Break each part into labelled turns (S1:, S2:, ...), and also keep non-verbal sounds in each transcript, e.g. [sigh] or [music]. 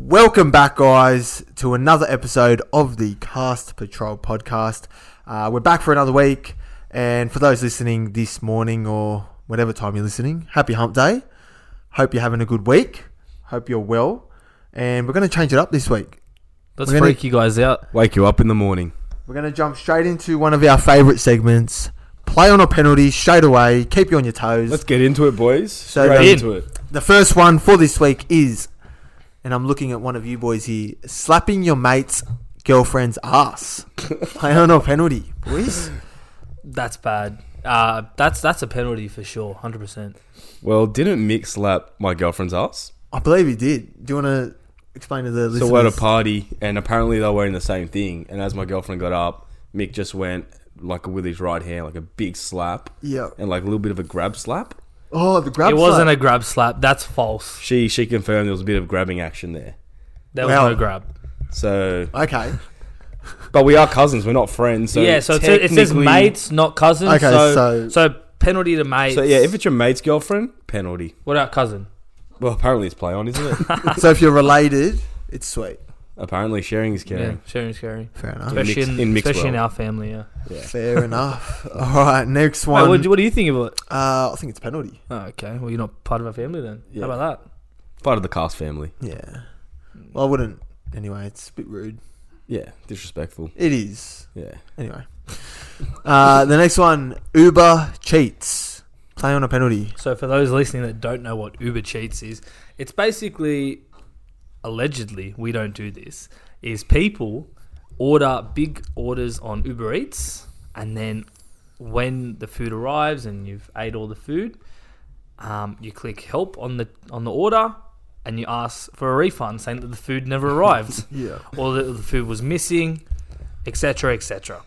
S1: Welcome back, guys, to another episode of the Cast Patrol podcast. Uh, we're back for another week, and for those listening this morning or whatever time you're listening, happy hump day. Hope you're having a good week. Hope you're well. And we're going to change it up this week.
S2: Let's
S1: We're gonna-
S2: freak you guys out.
S3: Wake you up in the morning.
S1: We're going to jump straight into one of our favourite segments play on a penalty straight away, keep you on your toes.
S3: Let's get into it, boys.
S1: So
S3: Straight
S1: in.
S3: into it.
S1: The first one for this week is, and I'm looking at one of you boys here, slapping your mate's girlfriend's
S3: [laughs]
S1: ass. Play on a penalty, boys.
S2: That's bad. Uh, that's that's a penalty for sure, hundred percent.
S3: Well, didn't Mick slap my girlfriend's ass?
S1: I believe he did. Do you want to explain to the listeners?
S3: So we're at a party, and apparently they were wearing the same thing. And as my girlfriend got up, Mick just went like with his right hand, like a big slap,
S1: Yeah.
S3: and like a little bit of a grab slap.
S1: Oh, the grab.
S2: it wasn't a grab slap. That's false.
S3: She she confirmed there was a bit of grabbing action there.
S2: There was
S1: Wow.
S2: no grab.
S3: So,
S1: a. Okay.
S3: but we are cousins. We're not friends. So
S2: yeah, so it says, it says
S3: technically-
S2: mates, not cousins.
S1: Okay,
S2: so,
S1: so-
S2: so penalty to mates.
S3: So yeah, if it's your mate's girlfriend, penalty.
S2: what about cousin?
S3: Well, apparently it's play
S2: [laughs]
S3: on, isn't it?
S1: so if you're related, it's sweet.
S3: apparently sharing is
S2: Yeah,
S3: caring.
S2: sharing scary.
S1: Fair enough.
S3: mixed-
S2: Especially in,
S3: in mixed
S2: especially in
S3: world.
S2: our family. Yeah.
S3: Yeah.
S1: Fair enough. All right, next
S2: Wait,
S1: one.
S2: what, do- what do you think of it?
S1: uh, I think it's penalty.
S2: Oh, okay, well you're not part of our family then.
S3: Yeah.
S2: How about that?
S3: Part of the cast family.
S1: Yeah. Well, I wouldn't. Anyway, it's a bit rude.
S3: Yeah, disrespectful.
S1: It is.
S3: Yeah.
S1: Anyway, uh, the next one Uber cheats. Play on a penalty.
S2: So for those listening that don't know what Uber cheats is, it's basically allegedly we don't do this. Is people order big orders on Uber Eats, and then when the food arrives and you've ate all the food, um, you click help on the on the order, and you ask for a refund, saying that the food never arrived
S1: Yeah.
S2: or that the food was missing, etc., etc.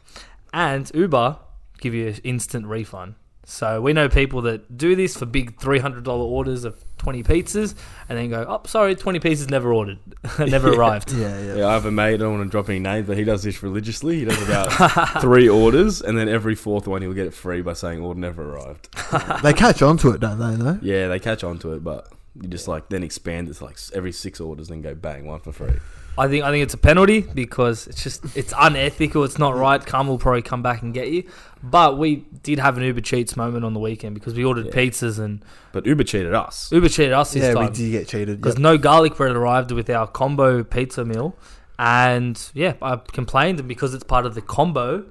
S2: And Uber give you an instant refund. So we know people that do this for big three hundred dollar orders of twenty pizzas, and then go, "Oh, sorry, twenty pizzas never ordered, [laughs] never arrived."
S1: Yeah, yeah.
S3: Yeah, I have a mate. I don't want to drop any names, but he does this religiously. He does about [laughs] three orders, and then every fourth one he'll get it free by saying order never arrived.
S1: They catch on to it, don't they, though?
S3: Yeah, they catch on to it, but you just like then expand it to like s- every six orders, then go bang one for free.
S2: I think I think it's a penalty because it's just it's unethical. It's not right. Carm will probably come back and get you. But we did have an Uber cheats moment on the weekend because we ordered
S3: Yeah.
S2: pizzas and
S3: But Uber cheated us.
S2: Uber cheated us this
S1: Yeah,
S2: time.
S1: we did get cheated.
S2: because no garlic bread arrived with our combo pizza meal. And yeah, I complained, and because it's part of the combo,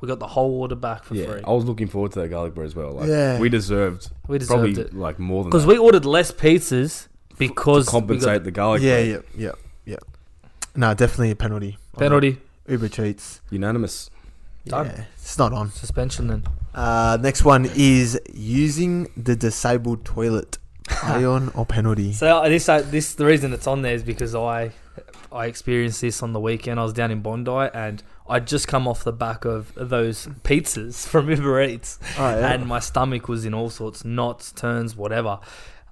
S2: we got the whole order back for
S3: Yeah,
S2: free.
S3: I was looking forward to that garlic bread as well. Like,
S1: Yeah.
S3: we deserved
S2: We deserved
S3: probably
S2: it
S3: like more than
S2: because
S3: that
S2: we ordered less pizzas because
S3: to
S2: we
S3: compensate
S2: got
S3: the garlic.
S1: yeah,
S3: bread.
S1: yeah, yeah, yeah. No, definitely a penalty.
S2: the penalty
S1: Uber cheats.
S2: [laughs]
S3: unanimous.
S2: Done.
S1: Yeah, it's not on.
S2: suspension. Then
S1: Uh, next one is using the disabled toilet.
S2: [laughs]
S1: Play on or penalty.
S2: so this uh, this the reason it's on there is because I I experienced this on the weekend. I was down in Bondi and I'd just come off the back of those pizzas [laughs] from Uber Eats.
S1: Oh, yeah.
S2: and my stomach was in all sorts knots, turns, whatever.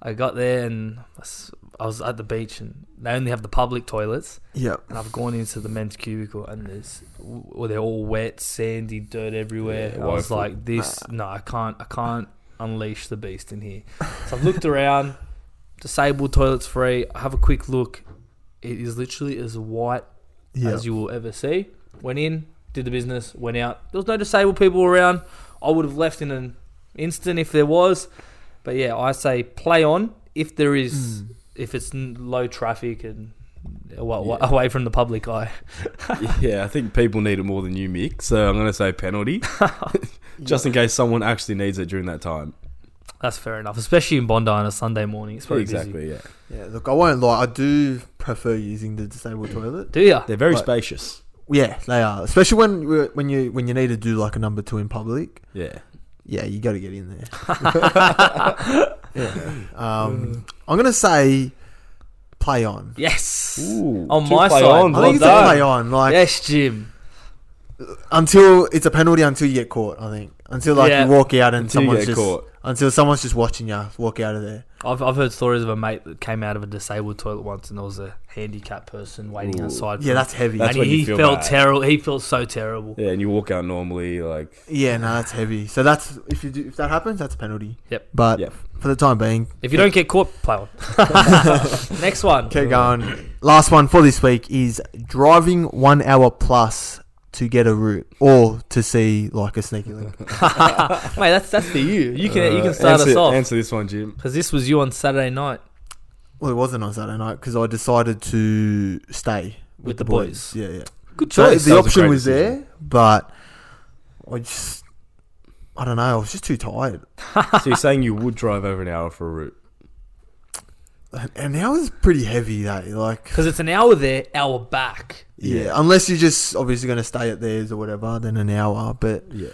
S2: I got there and I s- I was at the beach and they only have the public toilets.
S1: yeah.
S2: And I've gone into the men's cubicle and there's well, they're all wet, sandy, dirt everywhere.
S3: Yeah,
S2: I was
S3: woeful.
S2: like, this no, I can't, I can't unleash the beast in here. So I've looked around, disabled toilets free. I have a quick look. It is literally as white
S1: Yeah.
S2: as you will ever see. Went in, did the business, went out. There was no disabled people around. I would have left in an instant if there was. But yeah, I say play on if there is,
S3: Hmm.
S2: if it's n- low traffic and awa- awa-
S3: Yeah.
S2: away from the public eye.
S3: yeah, I think people need it more than you, Mick. So I'm gonna
S2: [laughs]
S3: say penalty, just in case someone actually needs it during that time.
S2: That's fair enough, especially in Bondi on a Sunday morning. It's pretty busy.
S3: exactly. Yeah,
S1: yeah. Look, I won't lie. I do prefer using the disabled toilet.
S2: Do ya?
S3: they're very
S1: Right.
S3: spacious.
S1: Yeah, they are. Especially when you- when you when you need to do like a number two in public.
S3: Yeah.
S1: Yeah, you got to get in there. yeah. Um, I'm gonna say play on.
S2: Yes.
S3: Ooh,
S2: on
S3: two
S2: my
S3: play
S2: side,
S3: on,
S1: I
S2: well
S1: think it's
S2: done.
S1: a play on. Like
S2: yes, Jim.
S1: until it's a penalty until you get caught. I think until like
S2: Yeah.
S1: you walk out and
S3: Until you
S1: someone's
S3: get
S1: just
S3: caught.
S1: until someone's just watching you walk out of there.
S2: I've, I've heard stories of a mate that came out of a disabled toilet once, and there was a handicapped person waiting
S3: Ooh.
S2: outside. for
S1: Yeah,
S2: him.
S1: that's heavy.
S3: That's
S2: and
S3: when you
S2: he
S3: feel
S2: felt
S3: bad.
S2: terrible. He felt so terrible.
S3: Yeah, and you walk out normally, like
S1: yeah, no, that's heavy. So that's if you do, if that happens, that's a penalty.
S2: Yep.
S1: But
S3: Yep.
S1: for the time being,
S2: If you don't get caught, play on. [laughs]
S1: [laughs]
S2: Next one. [laughs]
S1: keep going. Last one for this week is driving one hour plus to get a route or to see like a sneaky link.
S2: Mate, that's that's for you. You can you
S3: Uh,
S2: can start
S3: answer,
S2: us off
S3: Answer this one, Jim. [laughs]
S2: because this was you on Saturday night.
S1: Well, it wasn't on Saturday night because I decided to stay with,
S2: With
S1: the,
S2: the
S1: boys.
S2: boys.
S1: Yeah, yeah.
S2: Good
S1: So
S2: choice.
S3: That
S1: the
S3: was a
S1: option
S3: great
S1: was
S3: decision.
S1: there, but I just, I don't know. I was just too tired.
S3: so you're saying you would drive over an hour for a route?
S1: And- And that was pretty heavy, that like.
S2: Because it's an hour there, hour back.
S1: Yeah.
S3: Yeah.
S1: unless you're just obviously going to stay at theirs or whatever, then an hour. But
S3: Yeah.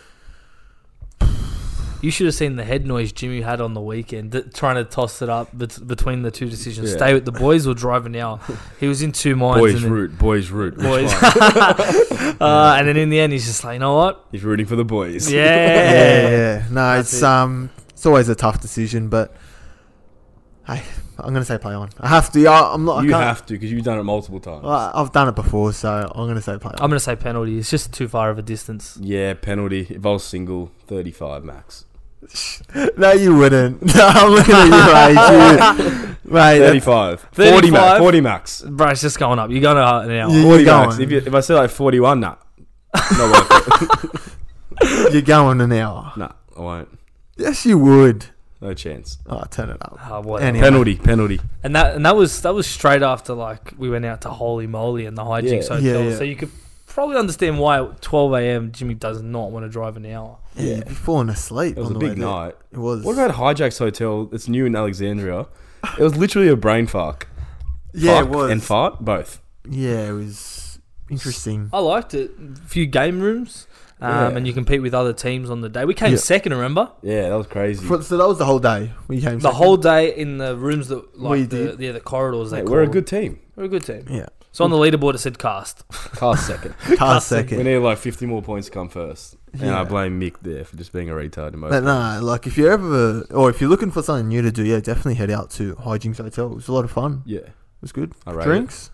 S2: You should have seen the head noise Jimmy had on the weekend, th- trying to toss it up bet- between the two decisions:
S3: Yeah.
S2: stay with the boys or drive an hour. He was in two minds.
S3: Boys
S2: and then-
S3: route, boys route. which
S2: boys.
S3: one?
S2: [laughs]
S3: [laughs]
S2: uh, and then in the end, he's just like, you know what?
S3: He's rooting for the boys.
S1: yeah,
S2: Yeah.
S1: yeah, yeah. no,
S2: That's
S1: it's
S2: it.
S1: um, it's always a tough decision. But hey, I'm going to say play on. I have to. I, I'm not. I
S3: You
S1: can't,
S3: have to because you've done it multiple times.
S1: I, I've done it before, so I'm going to say play
S2: I'm
S1: on.
S2: gonna say penalty. It's just too far of a distance.
S3: Yeah, penalty. If I was single, 35 max.
S1: no, you wouldn't. [laughs] No, I'm looking at
S3: [laughs]
S1: you, mate. You, mate, that's-
S3: 35. 40 max.
S2: 35?
S3: 40 max.
S2: Bro, it's just going up. uh, You're going to an hour.
S1: Yeah. You're
S3: 40 max.
S1: going.
S3: If, you, if I say like 41, nah. Not worth it. [laughs]
S1: you're going an hour.
S3: Nah, I won't.
S1: Yes, you would.
S3: No chance.
S1: Oh, turn it up.
S2: Ah, whatever.
S1: Anyhow,
S3: Penalty, penalty.
S2: And that and that was that was straight after like we went out to Holy Moly and the hijinks
S3: Yeah.
S2: hotel.
S1: Yeah, yeah.
S2: So you could probably understand why at 12 a.m. Jimmy does not want to drive an hour.
S1: yeah, you'd be falling asleep.
S3: It was
S1: on
S3: a
S1: the way
S3: big
S1: there.
S3: night.
S1: It was.
S3: What about Hijack's Hotel? It's new in Alexandria. It was literally a brain fuck.
S1: Yeah,
S3: Fuck
S1: it was.
S3: And fart, both.
S1: yeah, it was interesting.
S2: I liked it. few game rooms, um,
S3: Yeah.
S2: and you compete with other teams on the day. We came
S1: Yeah.
S2: second, remember?
S3: Yeah, that was crazy.
S1: For- so that was the whole day. We came
S2: The
S1: second.
S2: whole day in the rooms that like
S1: We
S2: the,
S1: did.
S2: yeah, the corridors. They
S3: Mate, we're a
S2: call
S3: good team.
S2: them. we're a good team.
S3: [laughs]
S1: yeah
S2: So on the leaderboard it said cast.
S3: Car second.
S1: car [laughs]
S3: We
S1: second.
S3: need like 50 more points to come first. And
S1: Yeah.
S3: I blame Mick there for just being a retard in most
S1: But nah, like if you're ever or if you're looking for something new to do, yeah, definitely head out to Hijinks Hotel. It was a lot of fun. It
S3: Yeah.
S1: was good.
S3: I rate it.
S1: Drinks?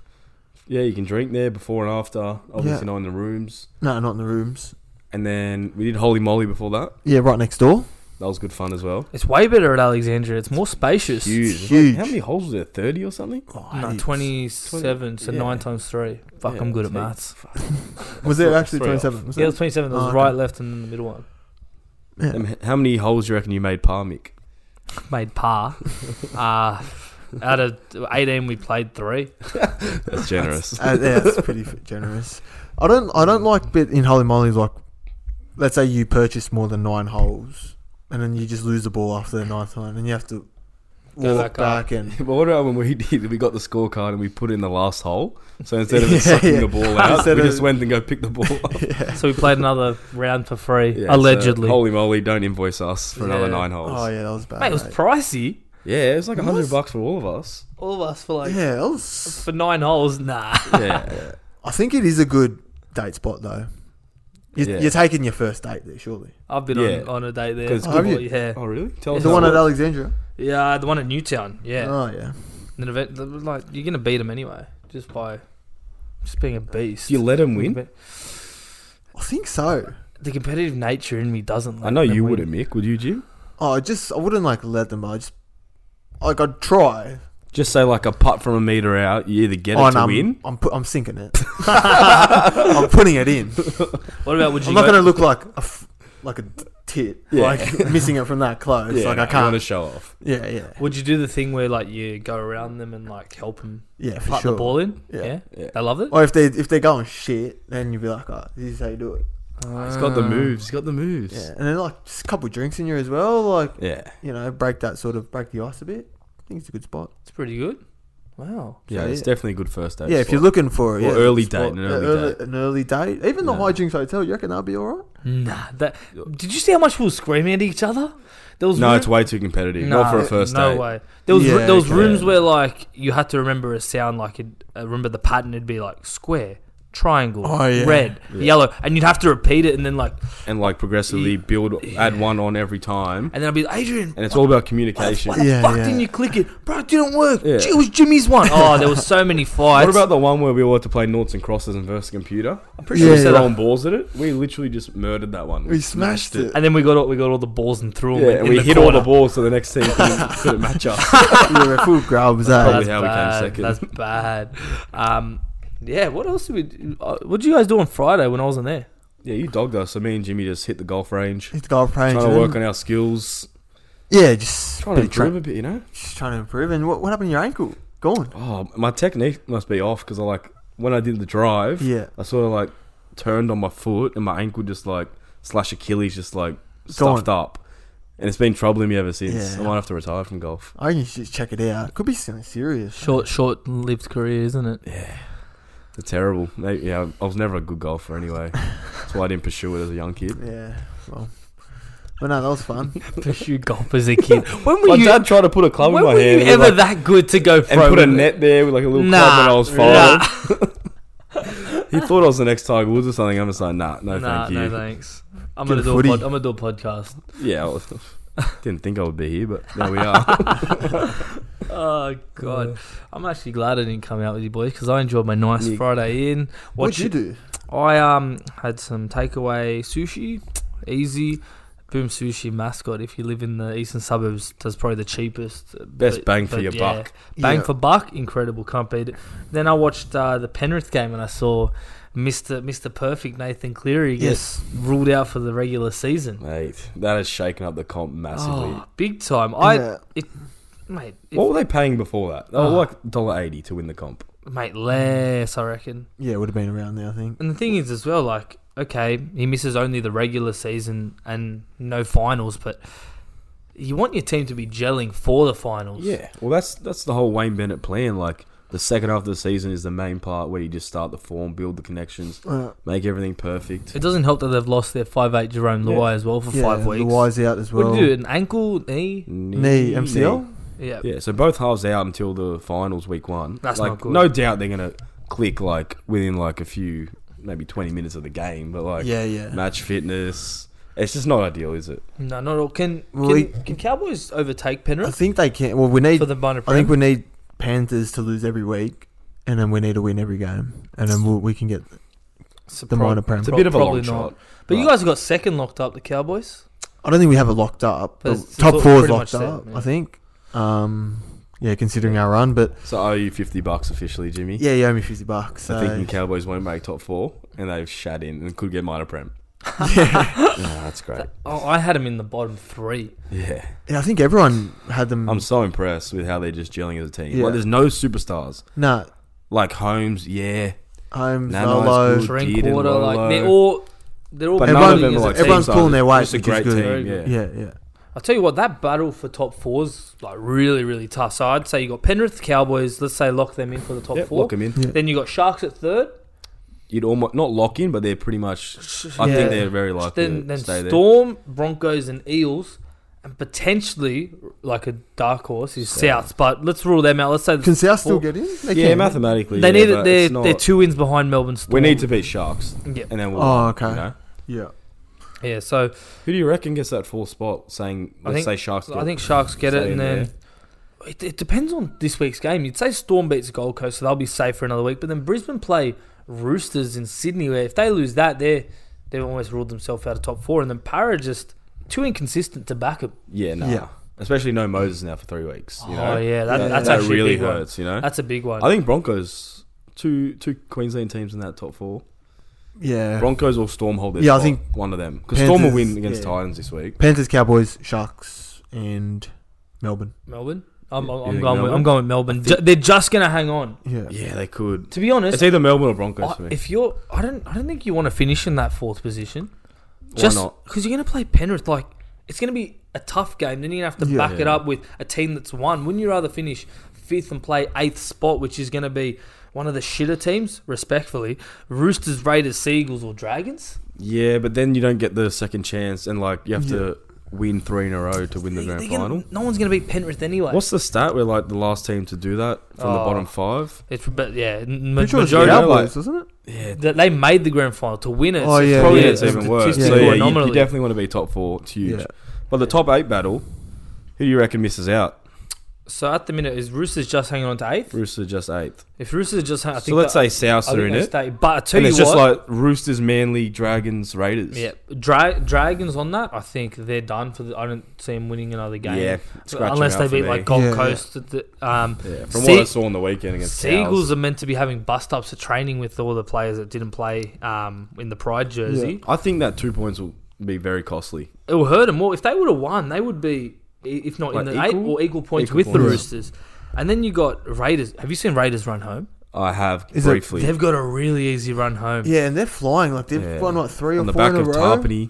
S3: Yeah, you can drink there before and after. Obviously
S1: Yeah.
S3: not in the rooms.
S1: No, not in the rooms.
S3: And then we did Holy Moly before that.
S1: Yeah, right next door.
S3: That was good fun as well.
S2: It's way better at Alexandria. It's more spacious.
S3: Huge.
S1: It's
S3: It's like-
S1: huge.
S3: how many holes was there? 30 or something?
S1: Oh,
S2: No,
S1: heaps.
S2: twenty-seven. So
S3: Yeah.
S2: nine times three. Fuck,
S3: Yeah,
S2: I'm good at
S3: it's heaps.
S2: maths.
S1: Was there
S3: Three-
S1: actually
S3: three
S1: twenty
S3: off.
S1: seven?
S2: Yeah, it was twenty-seven. There was
S1: Oh, okay.
S2: right, left, and then the middle one.
S1: Yeah.
S3: Um, How many holes do you reckon you made par, Mick?
S2: made par. uh, out of 18, we played three.
S3: That's generous.
S1: Uh, yeah, that's
S2: [laughs]
S1: pretty f- generous. I don't I don't like bit in Holy Moly like let's say you purchase more than nine holes and then you just lose the ball after the ninth one and you have to
S2: Go
S1: walk
S2: back up.
S1: back
S2: [laughs]
S1: and
S3: [laughs] but what about when we [laughs] did, we got the scorecard and we put in the last hole? So instead
S1: [laughs]
S3: of
S1: Yeah,
S3: it sucking
S1: yeah.
S3: the ball out,
S1: Instead
S3: we
S1: of-
S3: just went and go pick the ball up.
S2: So we played another round for free,
S3: Yeah, so
S2: allegedly.
S3: holy moly, don't invoice us for another
S2: Yeah.
S3: nine holes.
S1: Oh yeah, that was bad.
S2: Mate, it was
S1: mate.
S2: pricey.
S3: Yeah, it was like a
S1: Was-
S3: hundred bucks for all of us.
S2: All of us for like,
S1: yeah, that was,
S2: for nine holes, nah.
S3: Yeah,
S1: I think it is a good date spot though. You,
S3: Yeah.
S1: You're taking your first date there, surely.
S2: I've been
S3: Yeah.
S2: on, on a date there.
S3: 'Cause
S1: Oh, have you?
S2: Yeah.
S3: [laughs] Oh really? Tell
S2: It's
S1: the
S2: not
S1: one at
S3: about-
S1: Alexandria.
S2: yeah, the one at Newtown. Yeah.
S1: Oh yeah.
S2: An event, that was like, you're going to beat them anyway, just by just being a beast.
S3: Do you let him win?
S1: I think so.
S2: The competitive nature in me doesn't.
S3: I
S2: let
S3: know
S2: them
S3: you
S2: win.
S3: wouldn't, Mick. Would you, Jim?
S1: Oh, I just I wouldn't like let them. I just like I'd try.
S3: Just say like a putt from a meter out. You either get it
S1: Oh,
S3: to
S1: no, I'm,
S3: win.
S1: I'm pu- I'm sinking it. [laughs] I'm putting it in.
S2: What about would you?
S1: I'm not
S2: go-
S1: going to look like a f- like a t- tit,
S3: Yeah.
S1: like [laughs] missing it from that close. like I
S3: want to
S1: can't.
S3: show off.
S1: Yeah, yeah,
S2: Would you do the thing where like you go around them and like help them
S1: yeah, for
S2: putt
S1: sure.
S2: the ball in?
S1: Yeah.
S2: yeah?
S3: Yeah.
S2: They love it.
S1: Or if they if they're going shit, then you'd be like, oh, this is how you do it.
S3: He's got
S2: Uh,
S3: the moves. He's got the moves.
S1: Yeah, and then like just a couple drinks in you as well, like
S3: Yeah.
S1: you know, break that sort of break the ice a bit. I think it's a good spot.
S2: It's pretty good. Wow.
S3: Yeah,
S1: So,
S3: it's
S1: yeah.
S3: definitely a good first date.
S1: yeah, if
S3: spot.
S1: you're looking for it,
S3: Or
S1: yeah,
S3: early
S1: spot.
S3: date,
S1: Yeah,
S3: an early date.
S1: an early date. Even the
S3: Yeah.
S1: high drinks hotel, you reckon that'll be all right?
S2: Nah. That. Did you see how much we were screaming at each other? There was
S3: No,
S2: roo-
S3: it's way too competitive.
S2: Nah,
S3: Not for a first
S2: no
S3: date.
S2: way. There was
S1: Yeah,
S2: there was
S1: okay.
S2: rooms where like you had to remember a sound like it, uh, remember the pattern. It'd be like square, triangle,
S1: Oh, yeah.
S2: red, yellow, and you'd have to repeat it, and then like,
S3: and like progressively build add one on every time.
S2: and then I'd be like, Adrian,
S3: And it's all about communication.
S2: why the
S1: Yeah,
S2: fuck
S1: yeah.
S2: didn't you click it, bro? It didn't work.
S3: Yeah.
S2: Gee, It was Jimmy's one. Oh, there were so many fights.
S3: What about the one where we all had to play noughts and crosses and versus computer? I'm pretty sure
S1: Yeah.
S3: we set our own balls at it. We literally just murdered that one.
S1: We smashed it.
S2: and then we got all, we got all the balls and threw them.
S3: Yeah,
S2: in
S3: and we
S2: the
S3: hit all
S2: corner.
S3: the balls so the next team [laughs] couldn't, couldn't match us.
S1: [laughs] yeah, we're full grubs.
S3: Probably
S1: Eh?
S2: That's
S3: how we came
S2: bad.
S3: second.
S2: That's bad. Um, yeah. What else did we? do? Uh, What did you guys do on Friday when I wasn't there?
S3: Yeah, you dogged us. So me and Jimmy just hit the golf range,
S1: Hit the golf range.
S3: trying to
S1: and
S3: work
S1: then-
S3: on our skills,
S1: Yeah, just
S3: trying to
S1: bit of tra-
S3: improve a bit. You know,
S1: just trying to improve. And what, what happened to your ankle? Gone.
S3: oh, my technique must be off because I like when I did the drive,
S1: Yeah.
S3: I sort of like turned on my foot and my ankle just like slash Achilles just like stuffed up, and it's been troubling me ever since.
S1: Yeah.
S3: I might have to retire from golf.
S1: I think you should check it out. Could be something serious.
S2: Short, short-lived career, isn't [laughs] it?
S3: It's terrible. They- Yeah, I was never a good golfer anyway. [laughs] That's why I didn't pursue it as a young kid.
S1: Yeah. Well. But no, that was
S3: [laughs]
S1: fun.
S2: Pursue golf as a kid. When
S3: My
S2: were you?
S3: dad tried to put a club
S2: when
S3: in my
S2: were you
S3: hand and,
S2: ever
S3: like,
S2: that good to go pro?
S3: and put a
S2: with it?
S3: net there with like a little
S2: Nah,
S3: club when I was
S2: nah.
S3: five. He thought I was the next Tiger Woods or something. I'm just like, nah, no,
S2: nah,
S3: thank you.
S2: no thanks. I'm
S1: Get
S2: gonna
S1: a
S2: do a
S1: footy.
S2: pod, I'm gonna do a podcast.
S3: [laughs] Yeah, I was- didn't think I would be here, but there we
S2: [laughs]
S3: are.
S2: Oh god, I'm actually glad I didn't come out with you boys because I enjoyed my nice
S3: Yeah.
S2: Friday in.
S1: What'd
S2: Watch
S1: you do?
S2: I um had some takeaway sushi, easy. Boom Sushi mascot. If you live in the eastern suburbs, that's probably the cheapest.
S3: Best
S2: but-
S3: bang for
S2: but
S3: your
S2: yeah.
S3: buck.
S2: Bang
S1: Yeah.
S2: for buck, incredible. Can't beat it. Then I watched uh, the Penrith game and I saw Mister Mister Perfect Nathan Cleary get
S1: Yes.
S2: ruled out for the regular season.
S3: Mate, that has shaken up the comp massively.
S2: Oh, big time. I
S1: Yeah.
S2: it, mate, it,
S3: what were they paying before that? They were
S2: Oh.
S3: like $1.80 to win the comp.
S2: mate, less I reckon.
S1: Yeah, it would have been around there, I think.
S2: And the thing is, as well, like, okay, he misses only the regular season and no finals, but you want your team to be gelling for the finals.
S3: Yeah, well, that's that's the whole Wayne Bennett plan. Like the second half of the season is the main part where you just start the form, build the connections,
S1: Uh,
S3: make everything perfect.
S2: It doesn't help that they've lost their five eight Jerome
S3: Yeah.
S2: Luai as well for
S1: yeah,
S2: five
S1: the
S2: weeks.
S1: wires out as well.
S2: What do you do? An ankle, knee?
S1: Knee, MCL?
S2: Yeah.
S3: Yeah, so both halves out until the finals week one.
S2: That's
S3: like,
S2: not good.
S3: No doubt they're gonna click like within like a few, maybe twenty minutes of the game, but like
S1: yeah, yeah.
S3: match fitness, it's just not ideal, is it?
S2: No, not at all. Can,
S1: Well,
S2: can,
S1: he-
S2: can Cowboys overtake
S1: I
S2: Penrith
S1: think they can. Well, we need.
S2: for the minor
S1: I think we need Panthers to lose every week, and then we need to win every game, and then we'll, we can get the minor prem.
S3: It's a
S2: Pro-
S3: bit of a long
S2: probably
S3: shot.
S2: But you
S3: Right.
S2: guys have got second locked up, the Cowboys.
S1: I don't think we have it locked up.
S2: But
S1: The
S2: it's- it's all
S1: top four is
S2: pretty
S1: locked
S2: much set,
S1: up,
S2: yeah.
S1: I think. Um, yeah, considering our run, but
S3: So owe you fifty bucks officially, Jimmy.
S1: yeah, you owe me fifty bucks. So.
S3: I think the Cowboys won't make top four, and they've shat in and could get
S1: [sighs]
S3: minor prem.
S1: [laughs] yeah.
S3: oh, that's great.
S2: Oh, I had them in the bottom three.
S3: Yeah.
S1: yeah, I think everyone had them.
S3: I'm so impressed with how they're just gelling as a team.
S1: Yeah.
S3: Like, there's no superstars.
S1: nah,
S3: Like Holmes, yeah.
S1: Holmes,
S3: Nah, nah,
S1: Lolo.
S3: it's good.
S2: Drink
S3: Dearden,
S2: water, like
S3: Lolo.
S2: they're all, they're all.
S3: But
S1: none
S2: building
S1: of them
S2: as
S1: are
S2: a
S1: like
S2: team.
S1: Everyone's
S3: superstars.
S1: pulling their weight,
S3: Just a
S1: which is
S3: great
S1: good.
S2: Very
S3: team,
S2: good.
S3: yeah.
S1: yeah, yeah,
S2: I'll tell you what, that battle for top four's like really, really tough. So I'd say you got Penrith, Cowboys. Let's say lock them in for the top
S3: Yep,
S2: four.
S3: lock them in.
S1: Yeah.
S2: Then you got Sharks at third.
S3: You'd almost not lock in, but they're pretty much. I
S1: Yeah.
S3: think they're very likely
S2: Then
S3: to
S2: then
S3: stay
S2: Storm, Broncos, and Eels, and potentially like a dark horse is
S3: South.
S2: Souths. But let's rule them out. Let's say
S1: Can South still
S2: four.
S1: get in? They
S3: there. Yeah,
S1: can.
S3: mathematically.
S2: they
S3: yeah,
S2: need
S3: but
S2: it. They're,
S3: it's not-
S2: they're two wins behind Melbourne Storm.
S3: We need to beat Sharks,
S2: Yeah,
S3: and then we'll.
S1: Oh, okay.
S3: you know?
S1: Yeah,
S2: yeah. So
S3: Who do you reckon gets that fourth spot? Saying
S2: I
S3: let's
S2: think-
S3: say Sharks. Get
S2: I think Sharks get it,
S3: Stay
S2: and
S3: in
S2: then it, it depends on this week's game. You'd say Storm beats Gold Coast, so they'll be safe for another week. But then Brisbane play Roosters in Sydney, where if they lose that, they they've almost ruled themselves out of top four. And then Para just too inconsistent to back them.
S3: Yeah, no.
S1: Yeah.
S3: Especially no Moses now for three weeks. You know?
S2: Oh yeah, that,
S1: Yeah,
S2: that's
S3: that
S2: actually a
S3: really
S2: big one.
S3: hurts. You know,
S2: That's a big one.
S3: I think Broncos two two Queensland teams in that top four.
S1: yeah.
S3: Broncos or Storm hold their
S1: Yeah, I
S3: spot,
S1: think
S3: one of them because Storm will
S1: Panthers-
S3: win against
S1: yeah.
S3: Titans this week.
S1: Panthers, Cowboys, Sharks, and Melbourne.
S2: Melbourne. I'm,
S3: You
S2: I'm,
S3: think
S2: going. With, I'm
S3: Melbourne?
S2: going with Melbourne. Ju- they're just gonna hang on.
S1: Yeah,
S3: Yeah, they could.
S2: To be honest,
S3: It's either Melbourne or Broncos
S2: I,
S3: for me.
S2: Oh, if you're, I don't, I don't think you want to finish in that fourth position.
S3: Why
S2: Just
S3: not?
S2: because you're going to play Penrith, like it's going to be a tough game. Then you're going to have to
S1: Yeah.
S2: back it up with a team that's won. Wouldn't you rather finish fifth and play eighth spot, which is going to be one of the shitter teams, respectfully, Roosters, Raiders, Seagulls, or Dragons?
S3: Yeah, but then you don't get the second chance, and like you have to win three in a row to win the grand
S2: They're gonna-
S3: final.
S2: no one's going to beat Penrith anyway.
S3: What's the stat? We're like the last team to do that from the
S2: Oh.
S3: bottom five.
S2: It's but yeah, n-
S1: Pretty sure it's
S2: majority
S1: the
S3: Adelaide.
S1: Cowboys, wasn't it?
S3: Yeah,
S2: that they made the grand final to win it.
S1: Oh,
S2: so it's
S1: yeah,
S2: probably
S3: probably
S1: yeah,
S3: it's
S1: yeah.
S3: even worse. So
S2: statistical
S3: yeah, you,
S2: anomaly.
S3: you definitely want to be top four. It's huge.
S1: Yeah.
S3: But the top eight battle, who do you reckon misses out?
S2: so at the minute, is Roosters just hanging on to eighth?
S3: Roosters just eighth.
S2: If Roosters just, hang, I
S3: So
S2: think
S3: let's
S2: that-
S3: say Souths
S2: I
S3: are
S2: think
S3: in
S2: they
S3: it,
S2: stay. But I tell
S3: and
S2: you
S3: it's
S2: what,
S3: just like Roosters, Manly, Dragons, Raiders.
S2: yeah, dra- Dragons on that. I think they're done for. The, I don't see them winning another game.
S3: yeah. scratch 'em
S2: unless
S3: out
S2: they
S3: for
S2: beat
S3: me.
S2: like Gold
S1: Yeah, yeah.
S2: Coast. at the- um,
S3: Yeah, from
S2: Se-
S3: what I saw on the weekend against
S2: Seagulls
S3: Cows.
S2: are meant to be having bust ups at training with all the players that didn't play um, in the Pride jersey.
S3: I think that two points will be very costly.
S2: It will hurt them more. If they would have won, they would be, i- if not in the
S3: Like
S2: eight,
S3: equal?
S2: or equal points
S3: Equal
S2: with the
S3: points.
S2: Roosters. And then you got Raiders. Have you seen Raiders run home?
S3: I have
S1: Is it-
S3: briefly
S2: They've got a really easy run home.
S1: Yeah, and they're flying. Like they've
S3: Yeah.
S1: won what three or
S3: on the
S1: four
S3: back
S1: in a
S3: of
S1: row
S3: Tarpany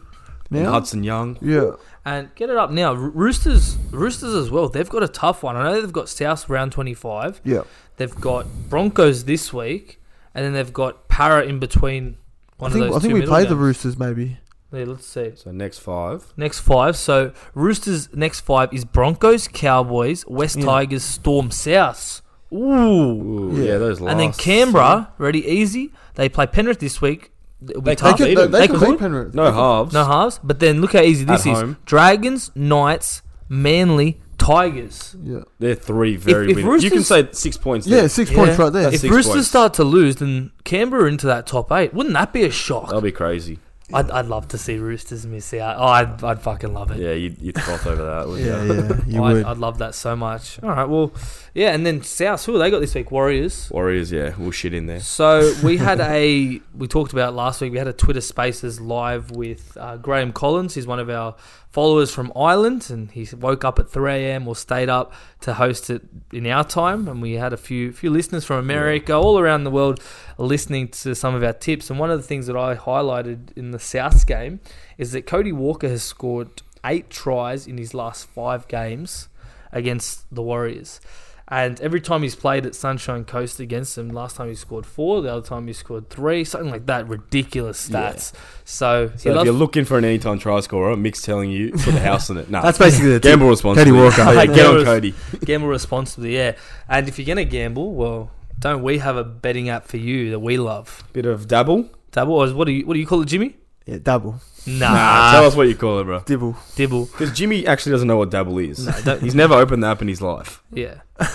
S3: and
S1: now.
S3: Hudson Young.
S1: Yeah,
S2: And get it up now. Ro- Roosters, Roosters as well. They've got a tough one. I know they've got South round twenty five.
S1: yeah.
S2: They've got Broncos this week, and then they've got Para in between.
S1: I
S2: One of
S1: think
S2: those
S1: I think
S2: two
S1: we
S2: middle
S1: played the
S2: games.
S1: Roosters maybe.
S2: Yeah, let's see.
S3: So next five.
S2: Next five. So Roosters next five is Broncos, Cowboys, West
S1: Yeah.
S2: Tigers, Storm, South. Ooh.
S3: Ooh,
S1: Yeah.
S3: yeah. those last.
S2: and then Canberra, ready easy. They play Penrith this week. It'll be
S3: They
S1: They
S2: tough.
S3: can't
S1: could,
S3: beat
S1: they,
S3: them.
S1: they
S2: They
S1: could
S2: could.
S1: beat Penrith.
S3: No halves.
S2: No halves. But then look how easy this
S3: At
S2: is.
S3: home.
S2: Dragons, Knights, Manly, Tigers.
S1: Yeah,
S3: They're three very.
S2: if
S3: win- you
S2: Roosters-
S3: can say six points.
S1: yeah,
S3: There.
S1: six
S2: Yeah.
S1: points right there.
S3: That's
S2: If
S3: six
S2: Roosters
S3: points.
S2: start to lose, then Canberra into that top eight. Wouldn't that be a shock?
S3: that'll be crazy.
S2: I'd, I'd love to see Roosters miss out. Oh, I'd, I'd fucking love it.
S3: Yeah, you'd, you'd froth over that. Wouldn't
S1: Yeah,
S3: yeah,
S1: yeah, you
S2: I'd,
S1: would.
S2: I'd love that so much. All right, well, yeah, and then South, who have they got this week? Warriors.
S3: Warriors, yeah, we'll shit in there.
S2: So we had a we talked about it last week. We had a Twitter Spaces live with uh, Graham Collins. He's one of our followers from Ireland, and he woke up at three a.m. or stayed up to host it in our time. And we had a few few listeners from America, all around the world, listening to some of our tips. And one of the things that I highlighted in the Souths game is that Cody Walker has scored eight tries in his last five games against the Warriors. And every time he's played at Sunshine Coast against them, last time he scored four, the other time he scored three, something like that. Ridiculous
S3: Yeah.
S2: stats. So,
S3: So
S2: he
S3: if
S2: loves
S3: you're looking for an anytime try scorer, Mick's telling you put a house in it. [laughs] Nah,
S1: That's basically the
S3: gamble responsibly.
S1: Teddy Walker.
S3: [laughs] Yeah, get
S2: Gamble
S3: on Cody.
S2: gamble responsibly, yeah. And if you're gonna gamble, well, don't we have a betting app for you that we love?
S3: Bit of dabble.
S2: Double or what do you what do you call it, Jimmy?
S1: Yeah, double,
S2: Nah,
S3: Nah, tell us what you call it, bro.
S1: dibble.
S2: dibble.
S3: Because Jimmy actually doesn't know what dabble is.
S2: No, don't,
S3: He's never opened the app in his life.
S2: yeah. [laughs]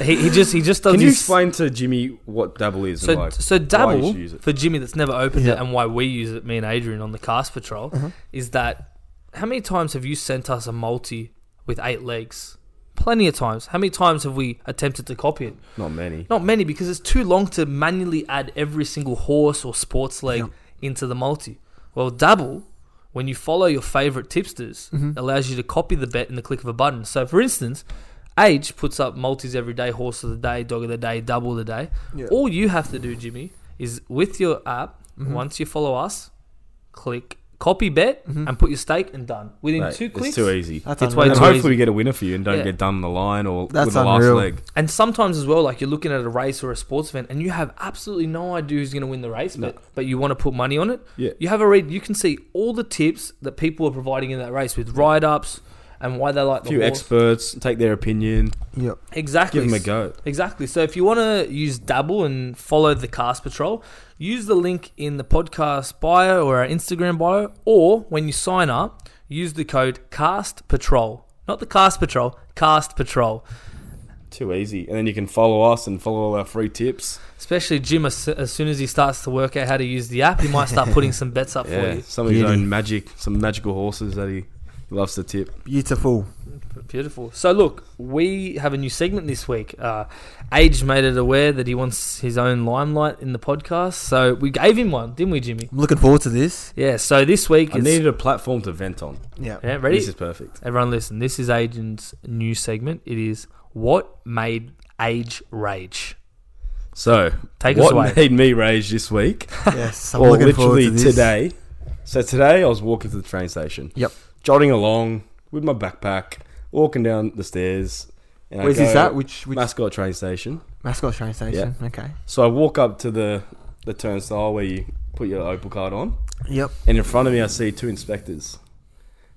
S2: he, he just he just does
S3: Can you
S2: his-
S3: explain to Jimmy what dabble is?
S2: So,
S3: and like,
S2: so
S3: why you
S2: dabble
S3: should use it.
S2: for Jimmy that's never opened it
S1: Yeah.
S2: and why we use it, me and Adrian on the cast patrol, is that how many times have you sent us a multi with eight legs? Plenty of times. How many times have we attempted to copy it?
S3: Not many.
S2: Not many because it's too long to manually add every single horse or sports leg into the multi. Well, dabble, when you follow your favorite tipsters,
S1: Mm-hmm.
S2: allows you to copy the bet in the click of a button. So, for instance, Age puts up multis every day, horse of the day, dog of the day, double of the day.
S1: Yeah.
S2: All you have to do, Jimmy, is with your app,
S1: Mm-hmm.
S2: once you follow us, click copy bet and put your stake and done. Within
S3: Mate,
S2: two clicks.
S3: It's too easy.
S1: Mm-hmm. That's
S2: It's
S1: unreal.
S3: And
S2: way too
S3: hopefully
S2: easy.
S3: we get a winner for you and don't
S2: Yeah.
S3: get done on the line or
S1: That's
S3: with the
S1: unreal.
S3: last leg.
S2: And sometimes as well, like you're looking at a race or a sports event, and you have absolutely no idea who's going to win the race, but but you want to put money on it.
S3: Yeah.
S2: You have a read. You can see all the tips that people are providing in that race with ride ups and why they like
S3: A
S2: the
S3: few
S2: horse.
S3: experts, take their opinion,
S1: Yep.
S2: exactly.
S3: give them a go.
S2: Exactly. So if you want to use Dabble and follow the Cast Patrol, use the link in the podcast bio or our Instagram bio, or when you sign up, use the code Cast Patrol, not the Cast Patrol, Cast Patrol.
S3: Too easy. And then you can follow us and follow all our free tips.
S2: Especially Jim, as, as soon as he starts to work out how to use the app, he might start
S3: [laughs]
S2: putting some bets up for
S3: Yeah,
S2: you.
S3: some of his
S1: Beauty.
S3: own magic, some magical horses that he loves to tip.
S1: Beautiful.
S2: Beautiful. So look, we have a new segment this week. Uh, Age made it aware that he wants his own limelight in the podcast, so we gave him one, didn't we, Jimmy?
S1: I'm looking forward to this.
S2: Yeah. So this week
S3: I
S2: is
S3: needed a platform to vent on.
S1: Yeah.
S2: yeah, ready.
S3: This is perfect.
S2: Everyone, listen. This is Agent's new segment. It is what made Age rage.
S3: So,
S2: Take us
S3: what
S2: away.
S3: made me rage this week,
S1: Yes. I'm
S3: or
S1: looking forward
S3: literally
S1: to this.
S3: today? So today I was walking to the train station.
S1: Yep.
S3: Jotting along with my backpack, walking down the stairs. And I
S1: Where's this
S3: go,
S1: at? Which which
S3: mascot train station?
S1: mascot train station? Okay.
S3: So I walk up to the the turnstile where you put your Opal card on,
S1: Yep.
S3: and in front of me I see two inspectors,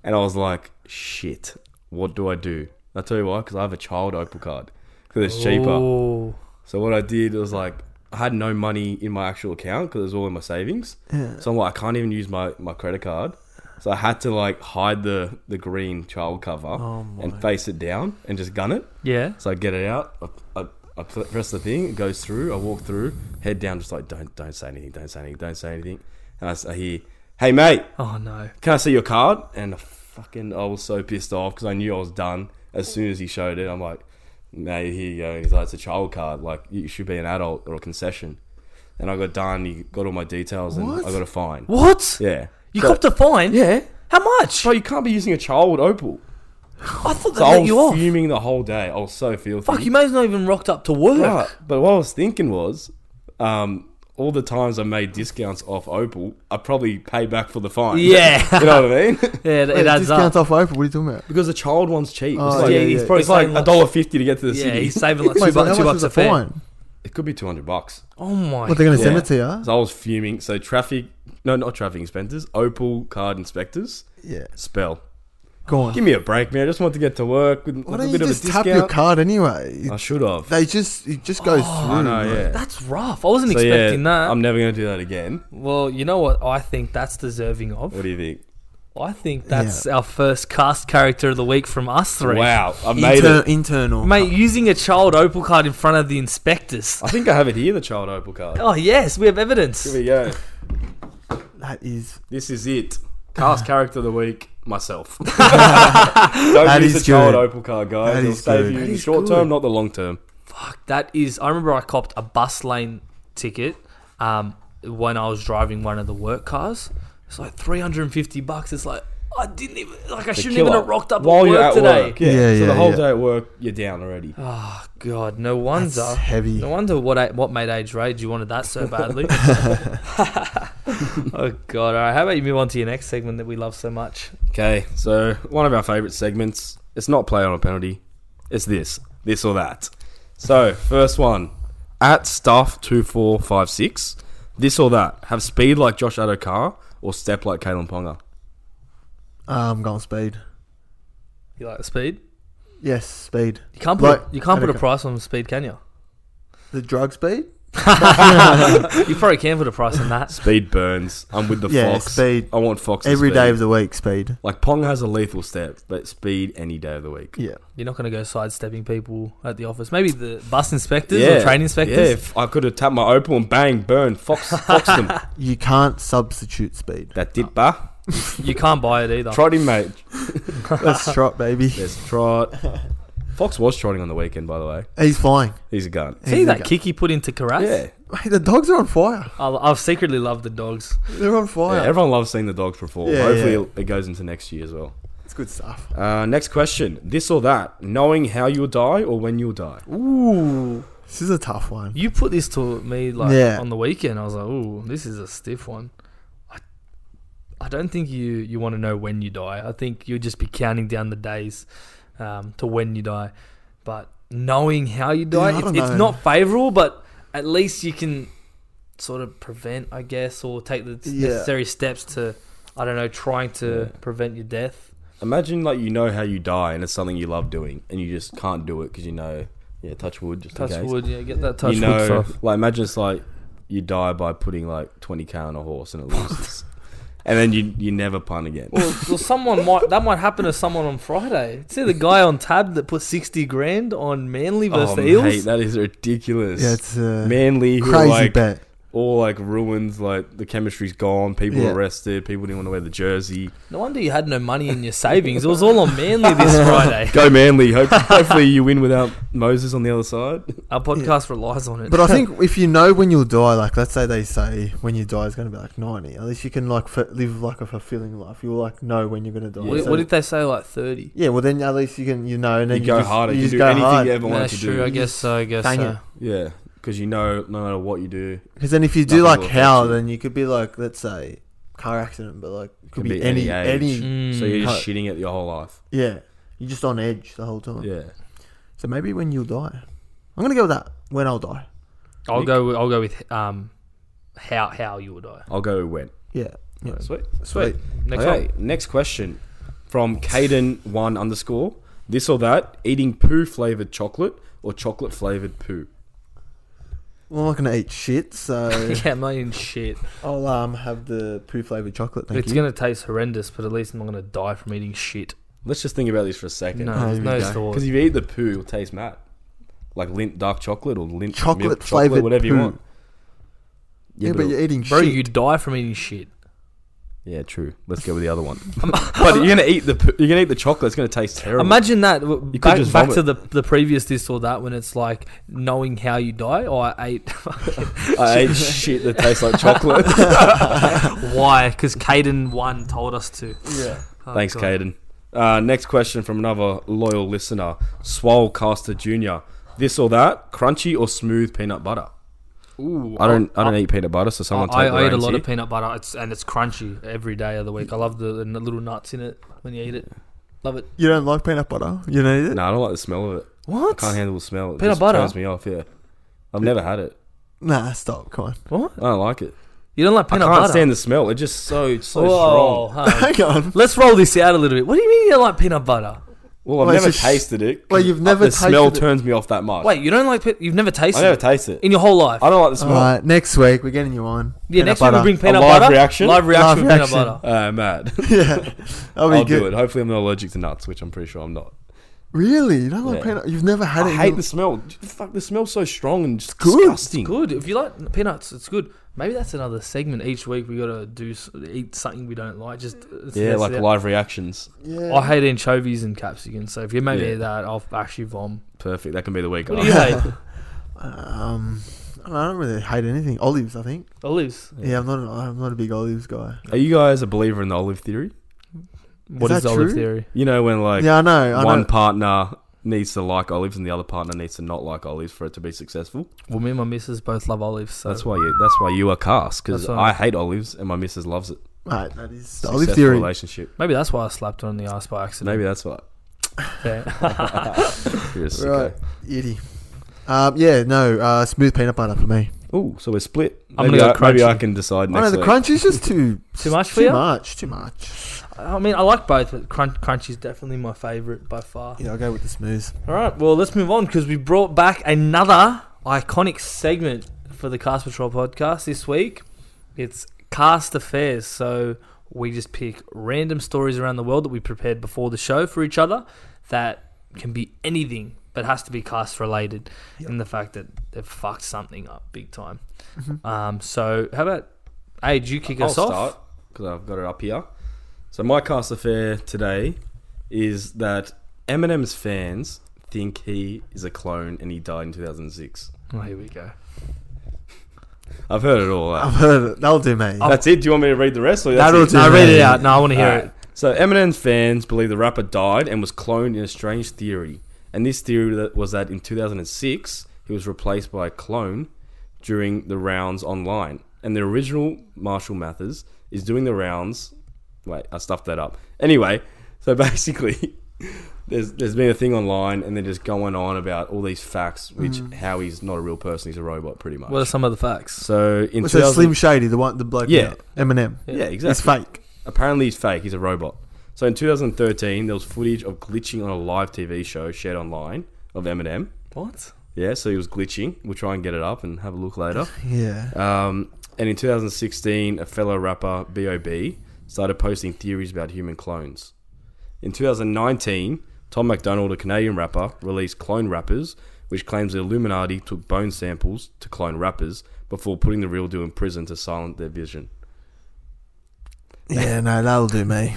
S3: and I was like, shit, what do I do? I'll tell you why, because I have a child Opal card because it's cheaper.
S2: Ooh.
S3: So what I did was like I had no money in my actual account because it was all in my savings. So I'm like I can't even use my, my credit card. So I had to like hide the the green child cover and face it down and just gun it.
S2: Yeah.
S3: So I get it out. I, I, I pl- press the thing. It goes through. I walk through. Head down. Just like don't don't say anything. Don't say anything. Don't say anything. And I, s- I hear, hey mate,
S2: Oh no.
S3: can I see your card? And I fucking, I was so pissed off because I knew I was done. As soon as he showed it, I'm like, mate, here you go. And he's like, it's a child card. Like, you should be an adult or a concession. And I got done. He got all my details and
S1: What?
S3: I got a fine.
S2: What?
S3: Yeah.
S2: You
S3: So-
S2: copped a fine?
S3: Yeah.
S2: How much?
S3: So you can't be using a child opal.
S2: I thought they
S3: So I
S2: let you
S3: was
S2: off.
S3: fuming the whole day. I was so filthy.
S2: Fuck, you may as not even rocked up to work.
S3: But, but what I was thinking was, um, all the times I made discounts off opal, I probably pay back for the fine.
S2: Yeah.
S3: [laughs] you know what I mean?
S2: [laughs] Yeah, it,
S1: Wait,
S2: it adds up.
S1: discounts off Opal. What are you talking about?
S3: Because the child one's cheap.
S1: Oh,
S3: it's like,
S1: yeah,
S3: it's
S1: yeah, yeah.
S3: probably
S2: It's
S3: like
S2: like-
S3: a dollar fifty to get to the
S2: Yeah,
S3: city.
S2: he's saving
S1: [laughs]
S2: like two,
S1: Wait, so
S2: bu-
S1: how
S2: two
S1: much
S2: bucks
S1: was the
S2: a fare.
S1: fine?
S3: It could be two hundred bucks.
S2: Oh my.
S1: What they're going to send
S3: Yeah.
S1: it to you?
S3: So I was fuming. So traffic, no, not traffic inspectors, Opal card inspectors.
S1: Yeah,
S3: Spell.
S1: go on.
S3: Give me a break, man. I just want to get to work with a
S1: Why
S3: little
S1: don't you
S3: bit of a
S1: just tap
S3: discount.
S1: your card anyway?
S3: I should have.
S1: They just it just goes through.
S3: I know,
S1: bro.
S3: yeah.
S2: That's rough. I wasn't
S3: So yeah,
S2: expecting that.
S3: I'm never gonna do that again.
S2: well, you know what I think that's deserving of?
S3: What do you think?
S2: I think that's our first cast character of the week from us three.
S3: Wow, I've made
S1: Inter-
S3: it.
S1: internal. Oh,
S2: Mate, using a child Opal card in front of the inspectors.
S3: I think I have it here. The child Opal card.
S2: Oh, yes, we have evidence.
S3: Here we go.
S1: That is
S3: This is it. Cast character of the week,
S1: [laughs]
S3: myself. Don't
S1: That
S3: use
S1: is
S3: the child
S1: good.
S3: opal card, guys.
S1: That
S3: It'll
S1: is
S3: save
S1: good.
S3: you
S1: That
S3: in the
S2: is
S3: short
S2: good.
S3: term, not the long term.
S2: Fuck, that is. I remember I copped a bus lane ticket um, when I was driving one of the work cars. It's like 350 bucks. It's like, I didn't even, like, I shouldn't even
S3: killer.
S2: have rocked up
S3: While
S2: at
S3: you're
S2: work
S3: at
S2: today.
S3: work. Yeah.
S1: Yeah,
S3: so the
S1: yeah,
S3: whole
S1: yeah.
S3: day at work, you're down already.
S2: Oh, God, no
S1: that's
S2: wonder.
S1: heavy.
S2: No wonder what a- what made age rage. You wanted that so
S3: [laughs]
S2: badly. [laughs] oh god! All right, how about you move on to your next segment that we love so much?
S3: Okay, so one of our favorite segments. It's not play on a penalty. It's this, this or that. So first one, at stuff two four five six. This or that. Have speed like Josh Adokar or step like Kalen Ponga.
S1: Um, going speed.
S2: You like speed?
S1: Yes, speed.
S2: You can't put
S1: Like-
S2: a, you can't put a
S1: okay.
S2: price on speed, can you?
S1: The drug speed.
S2: You probably can put a price on that.
S3: Speed burns. I'm with the
S1: Yeah,
S3: Fox.
S1: speed.
S3: I want Fox
S1: Every
S3: speed.
S1: day of the week, speed.
S3: Like Pong has a lethal step, but speed any day of the week.
S1: Yeah.
S2: You're not going to go sidestepping people at the office. Maybe the bus inspectors or train
S3: Yeah,
S2: inspectors.
S3: if I could have tapped my opal and bang, burn, fox,
S1: [laughs]
S3: fox them.
S1: You can't substitute speed.
S3: [laughs] that did ba.
S2: You can't buy it either.
S3: Trot him, mate.
S1: Let's trot, baby.
S3: There's trot.
S1: [laughs]
S3: Fox was trotting on the weekend, by the way.
S1: He's flying.
S3: He's a gun.
S2: See
S1: He's
S2: that
S1: a-
S2: kick he put into Karat?
S3: Yeah.
S1: Mate, the dogs are on fire.
S2: I, I've secretly loved the dogs.
S1: They're on
S3: yeah.
S1: fire.
S3: Everyone loves seeing the dogs perform.
S1: Yeah,
S3: Hopefully,
S1: yeah.
S3: it- it goes into next year as well.
S1: It's good stuff.
S3: Uh, next question: This or that? Knowing how you'll die or when you'll die.
S2: Ooh.
S1: This is a tough one.
S2: You put this to me like
S1: Yeah.
S2: on the weekend. I was like, ooh, this is a stiff one. I, I don't think you, you want to know when you die. I think you'll just be counting down the days um, to when you die. But knowing how you
S1: I
S2: die, it's,
S1: don't
S2: it's
S1: know.
S2: not favorable, but at least you can sort of prevent, I guess, or take the
S1: Yeah.
S2: necessary steps to, I don't know, trying to prevent your death.
S3: Imagine like you know how you die and it's something you love doing and you just can't do it because you know. Yeah, touch wood. Just
S2: Touch
S3: in case.
S2: wood, yeah, get that touch
S3: you know,
S2: wood stuff.
S3: like imagine it's like you die by putting like 20k on a horse and it
S2: [laughs]
S3: loses, and then you you never punt again.
S2: Well, well, someone might that might happen to someone on Friday. See the guy on tab that put sixty grand on Manly versus
S3: Oh,
S2: the
S3: mate,
S2: Eels.
S3: that is ridiculous.
S1: Yeah, it's a
S3: Manly, who are
S1: crazy
S3: like
S1: bet.
S3: all like ruins, like the chemistry's gone. People
S1: Yeah.
S3: arrested. People didn't want to wear the jersey.
S2: No wonder you had no money in your savings. It was all on Manly [laughs]
S3: [laughs]
S2: this Friday.
S3: Go
S2: [laughs]
S3: Manly. Hope, hopefully you win without Moses on the other side.
S2: Our podcast relies on it. [laughs]
S1: But I think if you know when you'll die, like let's say they say when you die is going to be like ninety, at least you can like f- live like a fulfilling life. You'll like know when you're going to die.
S2: what,
S1: So-
S2: what did they say? Like thirty.
S1: yeah, well then at least you can you know and
S3: You
S1: then
S3: go
S1: just,
S3: harder. You,
S1: just
S3: do
S1: go
S3: anything
S1: hard.
S3: you ever wanted
S2: That's
S3: to
S2: true.
S3: do.
S2: I guess so. I guess uh,
S1: Bang
S2: so.
S1: it.
S3: Yeah, because you know, no matter what you do,
S1: Because then if you do
S3: Nothing will
S1: like
S3: affect
S1: how,
S3: you.
S1: then you could be like let's say car accident, but like it could
S3: Could
S1: be,
S3: be
S1: any
S3: any
S1: any,
S3: age.
S2: Mm.
S3: so you're
S1: Cut.
S3: just shitting it your whole life.
S1: yeah. You're just on edge the whole time.
S3: Yeah.
S1: So maybe when you'll die, I'm gonna go with that. When I'll die.
S2: I'll go. With, I'll go with um, how how you will die.
S3: I'll go when.
S1: Yeah. yeah.
S3: Sweet.
S2: Sweet. Next
S3: okay,
S2: one.
S3: next question from Caden one underscore. This or that, eating poo flavored chocolate or chocolate flavored poo.
S1: Well, I'm not gonna eat shit,
S2: [laughs]
S1: so
S2: yeah, my own shit.
S1: I'll um have the poo flavored chocolate. Thank
S2: it's
S1: you.
S2: gonna taste horrendous, but at least I'm not gonna die from eating shit.
S3: Let's just think about this for a second.
S2: No,
S3: [laughs]
S1: Oh,
S2: there's
S1: here
S2: no
S1: we go.
S2: thought.
S3: Because if you eat the poo, it'll taste mad. Like lint dark chocolate or lint
S1: Chocolate
S3: milk
S1: flavoured
S3: chocolate, whatever you
S1: poo.
S3: want.
S1: yeah, but
S3: it'll-
S1: you're eating
S2: Bro,
S1: shit.
S2: you die from eating shit.
S3: [laughs] yeah, true. Let's go with the other one. but you're gonna eat the poo, you're gonna eat the chocolate. It's gonna taste terrible.
S2: Imagine that. w-
S3: You could
S2: back,
S3: just
S2: back to the the previous this or that when it's like knowing how you die. Or I ate. [laughs]
S3: I ate shit that tastes like chocolate.
S2: Why? Because Caden one told us to.
S1: yeah.
S2: Oh,
S3: Thanks,
S2: God.
S3: Caden. Uh, next question from another loyal listener, Swole Caster Jr. This or that, crunchy or smooth peanut butter?
S2: Ooh,
S3: I don't, I don't
S2: I-
S3: eat peanut butter, so someone take
S2: I,
S3: the
S2: I eat a
S3: reins
S2: lot
S3: here.
S2: of peanut butter, it's, and it's crunchy every day of the week. I love the, and the little nuts in it when you eat it. Love it.
S1: You don't like peanut butter? You don't eat it?
S3: No, I don't like the smell of it.
S2: What?
S3: I can't handle the smell. It
S2: Peanut
S3: just
S2: butter?
S3: turns me off. Yeah, I've never had it.
S1: Nah, stop. Come on.
S2: What?
S3: I don't like it.
S2: You don't like peanut
S3: I can't
S2: butter?
S3: stand the smell. It's just so, it's so
S2: Whoa,
S3: strong.
S2: huh.
S1: [laughs] Hang on.
S2: Let's roll this out a little bit. What do you mean you don't like peanut butter?
S3: Well, I've
S1: Well, it's
S3: never
S1: just-
S3: tasted it.
S1: well,
S3: 'cause
S1: you've never
S3: the smell
S1: tasted it.
S3: turns me off that much.
S2: Wait, you don't like pe- you've never tasted
S3: I never
S2: it
S3: taste it.
S2: in your whole life.
S3: I don't like the
S1: All
S3: smell.
S1: right, next week we're getting you on.
S2: yeah,
S1: Peanut
S2: next
S1: butter.
S2: time we bring peanut
S3: live
S2: butter.
S3: reaction?
S2: Live reaction
S1: Live
S2: with
S1: reaction.
S2: peanut butter.
S3: Uh, mad. [laughs]
S1: [laughs] yeah, that'll be
S3: I'll
S1: good.
S3: do it. Hopefully, I'm not allergic to nuts, which I'm pretty sure I'm not.
S1: Really, you don't like
S3: Yeah.
S1: peanut? You've never had
S3: I
S1: it. in
S3: hate
S1: your-
S3: the smell. Fuck, the smell's so strong and just
S1: good.
S3: disgusting.
S2: Good. If you like peanuts, it's good. Maybe that's another segment each week. We gotta do s- eat something we don't like. Just it's-
S3: Yeah,
S2: it's-
S3: like live reactions.
S1: Yeah.
S2: I hate anchovies and capsicum. So if you make me
S3: Yeah.
S2: eat that, I'll actually vom.
S3: Perfect. That can be the week.
S2: What
S3: after.
S2: do you
S3: [laughs]
S2: hate?
S1: Um, I don't really hate anything. Olives, I think.
S2: Olives.
S1: Yeah, I'm not. I'm not a big olives guy.
S3: Are you guys a believer in the olive theory?
S2: What
S1: that
S2: is olive
S1: true?
S2: theory?
S3: You know when like
S1: yeah, I know. I
S3: one
S1: know.
S3: partner needs to like olives and the other partner needs to not like olives for it to be successful.
S2: Well, me and my missus both love olives. So
S3: That's why you. That's why you are cast because
S2: That's why-
S3: I hate olives and my missus loves it.
S1: Right, that is the
S3: Successful
S1: olive theory.
S3: relationship.
S2: maybe that's why I slapped her on the ice by
S3: So
S2: accident.
S3: maybe that's what.
S2: Yeah. [laughs]
S3: You're a sicko.
S1: Right, itty. Um, yeah, no, uh, smooth peanut butter for me.
S3: Ooh, so we're split.
S2: I'm
S3: maybe,
S2: gonna
S3: I,
S2: go
S3: maybe
S2: crunchy.
S3: I can decide
S1: I know
S3: next
S1: the
S3: week.
S1: crunch is just
S3: [laughs]
S1: too
S2: Too much for
S1: Too
S2: you?
S1: much. Too much.
S2: I mean, I like both, but crunch, crunch is definitely my favorite by far.
S1: Yeah, I'll go with the smooth. [laughs]
S2: All right, well, let's move on because we brought back another iconic segment for the Cast Patrol podcast this week. It's Cast Affairs. So we just pick random stories around the world that we prepared before the show for each other that can be anything but has to be cast related
S1: Yep.
S2: in the fact that they've fucked something up big time.
S1: Mhm.
S2: Um, so, how about, hey, do you kick
S3: I'll
S2: us off?
S3: start because I've got it up here. So my cast affair today is that Eminem's fans think he is a clone and he died in 2006.
S2: Oh, here we go.
S3: I've heard it all.
S1: I've
S3: Out.
S1: heard it. That'll do me.
S3: That's it. Do you want me to read the rest? Or that's
S1: That'll
S3: it?
S1: do
S2: No, read it
S1: me.
S2: out. No, I want to hear
S3: Alright.
S2: it.
S3: So Eminem's fans believe the rapper died and was cloned in a strange theory, and this theory that- was that in 2006 he was replaced by a clone during the rounds online, and the original Marshall Mathers is doing the rounds. Wait, I stuffed that up. Anyway, so [laughs] basically. There's, there's been a thing online and they're just going on about all these facts, which how he's not a real person, he's a robot, pretty much.
S2: What are some of the facts?
S3: so in
S1: Was that
S3: 2000
S1: Slim Shady, the one, the bloke?
S3: Yeah.
S1: yeah. Eminem.
S3: yeah, exactly.
S1: It's fake.
S3: Apparently, he's fake. He's a robot. So in 2013, there was footage of glitching on a live TV show shared online of Eminem.
S2: What?
S3: Yeah, so he was glitching. We'll try and get it up and have a look later. [laughs]
S1: Yeah.
S3: Um, and in 2016, a fellow rapper, B.O.B., started posting theories about human clones. In 2019, Tom McDonald, a Canadian rapper, released Clone Rappers, which claims the Illuminati took bone samples to clone rappers before putting the real deal in prison to silence their vision.
S1: Yeah, no, that'll do me.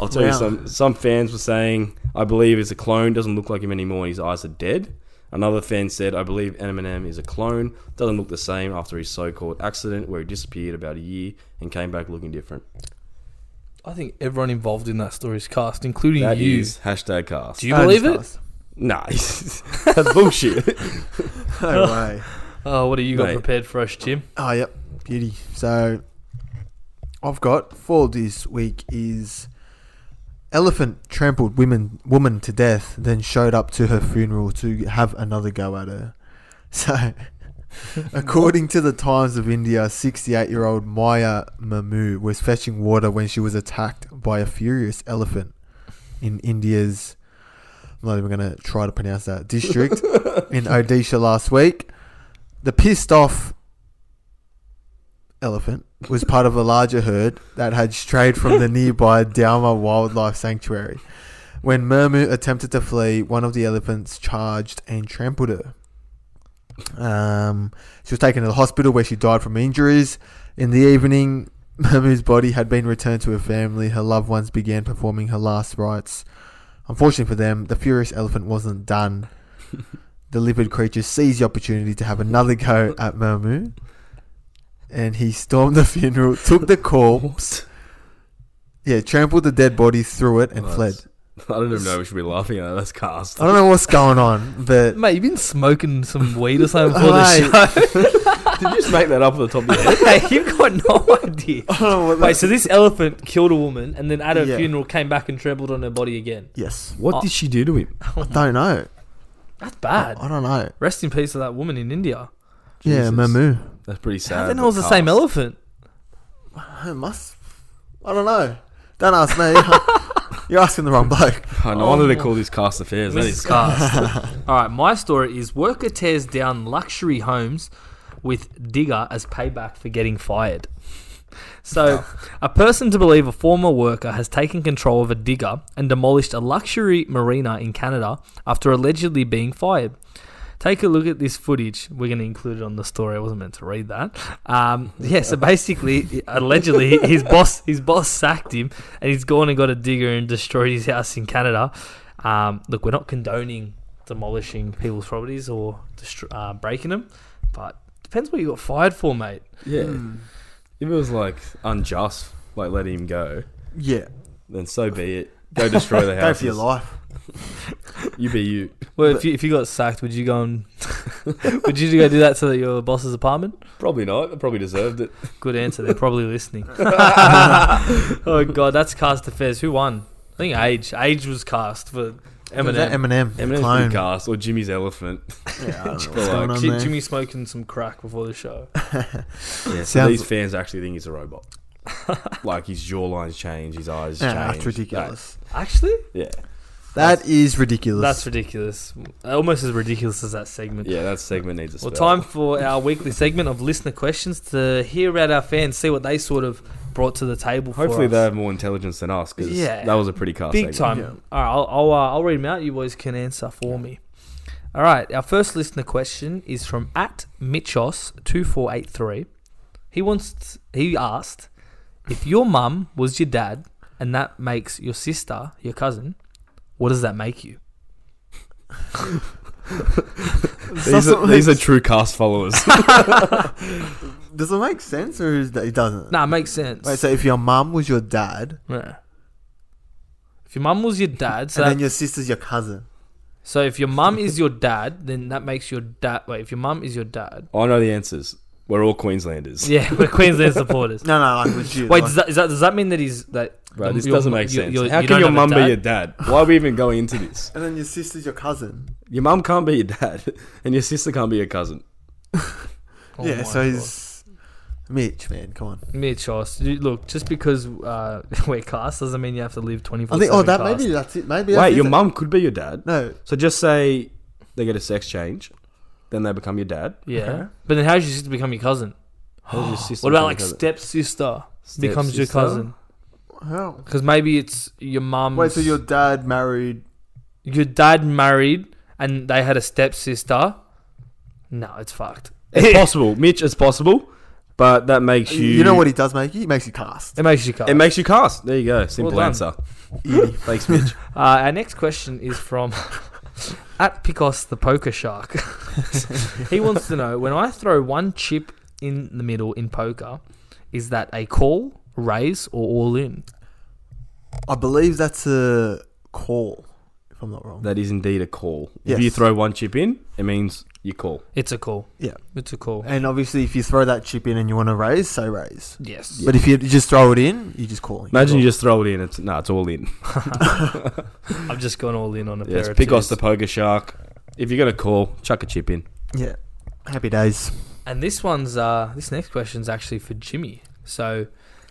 S3: I'll tell you
S1: Wow.
S3: some some fans were saying, I believe it's a clone, doesn't look like him anymore, his eyes are dead. Another fan said, I believe Eminem is a clone, doesn't look the same after his so called accident where he disappeared about a year and came back looking different.
S2: I think everyone involved in that story is cast, including
S3: That is
S2: you.
S3: hashtag cast.
S2: Do you believe it?
S1: Stars.
S3: nah, [laughs] that's bullshit. [laughs]
S1: No way.
S2: Oh, what have you got
S3: Mate.
S2: prepared for us, Jim?
S1: Oh, yep. Beauty. So, I've got for this week is elephant trampled women woman to death, then showed up to her funeral to have another go at her. [laughs] So, according to the Times of India, 68-year-old Maya Mamu was fetching water when she was attacked by a furious elephant. in India's. I'm not even going to try to pronounce that district in Odisha last week. The pissed off elephant was part of a larger herd that had strayed from the nearby Dauma Wildlife Sanctuary. When Mermu attempted to flee, one of the elephants charged and trampled her. Um, she was taken to the hospital where she died from injuries. In the evening, [laughs] Mamu's body had been returned to her family. Her loved ones began performing her last rites. Unfortunately for them, the furious elephant wasn't done. the livid creature seized the opportunity to have another go at Mamu, and he stormed the funeral, took the corpse, yeah, trampled the dead body through it, and
S3: Nice.
S1: fled.
S3: I don't even know if we should be laughing at that. That's cast.
S1: I don't know what's going on, but
S2: Mate, you've been smoking some weed or something before
S3: [laughs]
S1: Mate.
S2: the show.
S3: Did you just make that up at the top of your
S2: [laughs]
S3: head?
S2: Mate, you've got no idea.
S1: [laughs] I don't know what
S2: Wait, so this elephant killed a woman and then at her
S1: Yeah.
S2: funeral came back and trampled on her body again.
S1: yes,
S3: [laughs] What
S2: did
S3: she do to him?
S1: I don't know.
S2: That's bad.
S1: I don't know.
S2: Rest in peace to that woman in India.
S1: Yeah,
S3: Jesus.
S1: Mamu.
S3: That's pretty sad.
S2: How the
S3: but
S2: hell was the same
S3: cast.
S2: elephant?
S1: I must. I don't know. Don't ask me. [laughs] You're asking the wrong bloke.
S3: I know.
S2: Oh
S3: I wanted
S2: my-
S3: to call this cast affairs. That is
S2: All right, my story is worker tears down luxury homes with digger as payback for getting fired. So, a person to believe a former worker has taken control of a digger and demolished a luxury marina in Canada after allegedly being fired. Take a look at this footage. We're going to include it on the story. I wasn't meant to read that. Um, [laughs] yeah,
S3: [laughs]
S2: so basically, allegedly, his boss his boss sacked him, and he's gone and got a digger and destroyed his house in Canada. Um, look, we're not condoning demolishing people's properties or destro- uh, breaking them, but depends what you got fired for, mate.
S3: Yeah.
S1: Hmm.
S3: If it was like unjust, like letting him go,
S1: Yeah.
S3: then so be it. Go destroy
S1: [laughs]
S3: the
S1: Go
S3: house.
S1: for your life.
S3: You be you.
S2: Well, if you, if you got sacked, would you go and [laughs] would you go do that to your boss's apartment?
S3: Probably not. I probably deserved it.
S2: Good answer. They're probably listening.
S1: [laughs]
S2: [laughs] oh god, that's cast affairs. Who won? I think Age. Age was cast
S1: Was
S2: for
S1: that
S2: Eminem.
S1: Eminem.
S3: Eminem's
S1: Clone.
S3: pretty cast, or Jimmy's elephant. [laughs]
S1: Yeah, I don't know
S3: Or
S1: what's going
S3: like-
S1: on
S2: Ji-
S1: there.
S2: Jimmy smoking some crack before the show.
S3: Yeah, so
S1: Sounds-
S3: these fans actually think he's
S1: [laughs]
S3: a robot. like his jawline's changed, his eyes
S1: Yeah,
S3: change.
S1: that's ridiculous.
S2: Actually,
S3: That-
S1: That is ridiculous.
S2: that's ridiculous. Almost as ridiculous as that segment.
S3: yeah, yeah, that segment needs a spell.
S2: Well, time for our weekly segment of listener questions to hear out our fans, see what they sort of brought to the table. for
S3: Hopefully
S2: us.
S3: they have more intelligence than us because
S2: Yeah.
S3: that was a pretty cast.
S2: Big
S3: segment.
S2: time.
S1: Yeah.
S2: All right, I'll I'll, uh, I'll read them out. You boys can answer for me. All right, our first listener question is from at Mitchos two four eight three. He wants he asked if your mum was your dad, and that makes your sister your cousin. What does that make you?
S3: These
S1: Doesn't
S3: are,
S1: make-
S3: these are true cast
S1: [laughs]
S3: followers.
S1: Does it make sense or is that it doesn't?
S2: Nah, it makes sense.
S1: Wait, so if your mum was your dad,
S2: Yeah. If your mum was your dad, so
S1: and
S2: that
S1: then your sister's your cousin.
S2: So if your mum is your dad, then that makes your dad. Wait, if your mum is your dad,
S3: I know the answers. We're all Queenslanders.
S2: yeah, [laughs] we're Queensland
S3: [laughs]
S2: supporters.
S1: No, no, like
S2: [coughs]
S1: legit. like,
S2: Wait, does that, is that does that mean that he's that?
S3: Bro,
S2: the-
S3: this
S2: your-
S3: doesn't make
S2: your-
S3: sense.
S2: your-
S3: How
S2: you
S3: can
S2: don't
S3: your
S2: have a
S3: mum be your dad? Why are we even going
S2: [laughs]
S3: into this?
S1: and then your sister's your cousin.
S3: Your mum can't be your dad, [laughs] and your sister can't be your cousin.
S2: Oh
S1: yeah,
S2: my
S1: so he's Mitch, man. Come on.
S2: God. Mitch Oss, you- Look, just because uh, [laughs] we're cast doesn't mean you have to live twenty four.
S1: I think. Oh, that maybe that's it. Maybe that's
S3: Wait, your
S1: it.
S3: mum could be your dad.
S1: No,
S3: So just say they get a sex change, then they become
S1: [gasps]
S3: your dad.
S2: Yeah,
S1: Okay.
S2: but then how does your sister become your cousin?
S3: How's your sister
S2: What about
S3: become
S2: like
S3: your cousin?
S2: stepsister becomes your
S3: Stepsister?
S2: cousin?
S1: how?
S2: Because maybe it's your mum.
S1: Wait, so your dad married?
S2: your dad married and they had a stepsister. No, it's fucked.
S3: It's
S2: [laughs]
S3: possible, Mitch. It's possible, but that makes you.
S1: You, know what he does make you? He makes you cast.
S2: It makes you cast.
S3: It makes you cast. There you go. Simple
S2: done.
S3: answer.
S1: [laughs]
S3: Thanks, Mitch.
S2: Uh, our next question is from at Picos the Poker Shark. he wants to know when I throw one chip in the middle in poker, is that a call, raise, or all in?
S1: I believe that's a call, if I'm not wrong.
S3: that is indeed a call.
S1: Yes.
S3: If you throw one chip in, it means you call.
S2: It's a call.
S1: Yeah.
S2: It's a call.
S1: And obviously, if you throw that chip in and you want to raise, so raise.
S2: Yes.
S1: But if you just throw it in, you just call.
S3: Imagine you just throw it in. It's no, it's all in.
S2: I've just gone all in on a pair
S3: Yes,
S2: of
S3: pick us
S2: twos.
S3: the poker shark. If you're gonna call, chuck a chip in.
S1: Yeah. Happy days.
S2: And this one's uh this next question's actually for Jimmy. So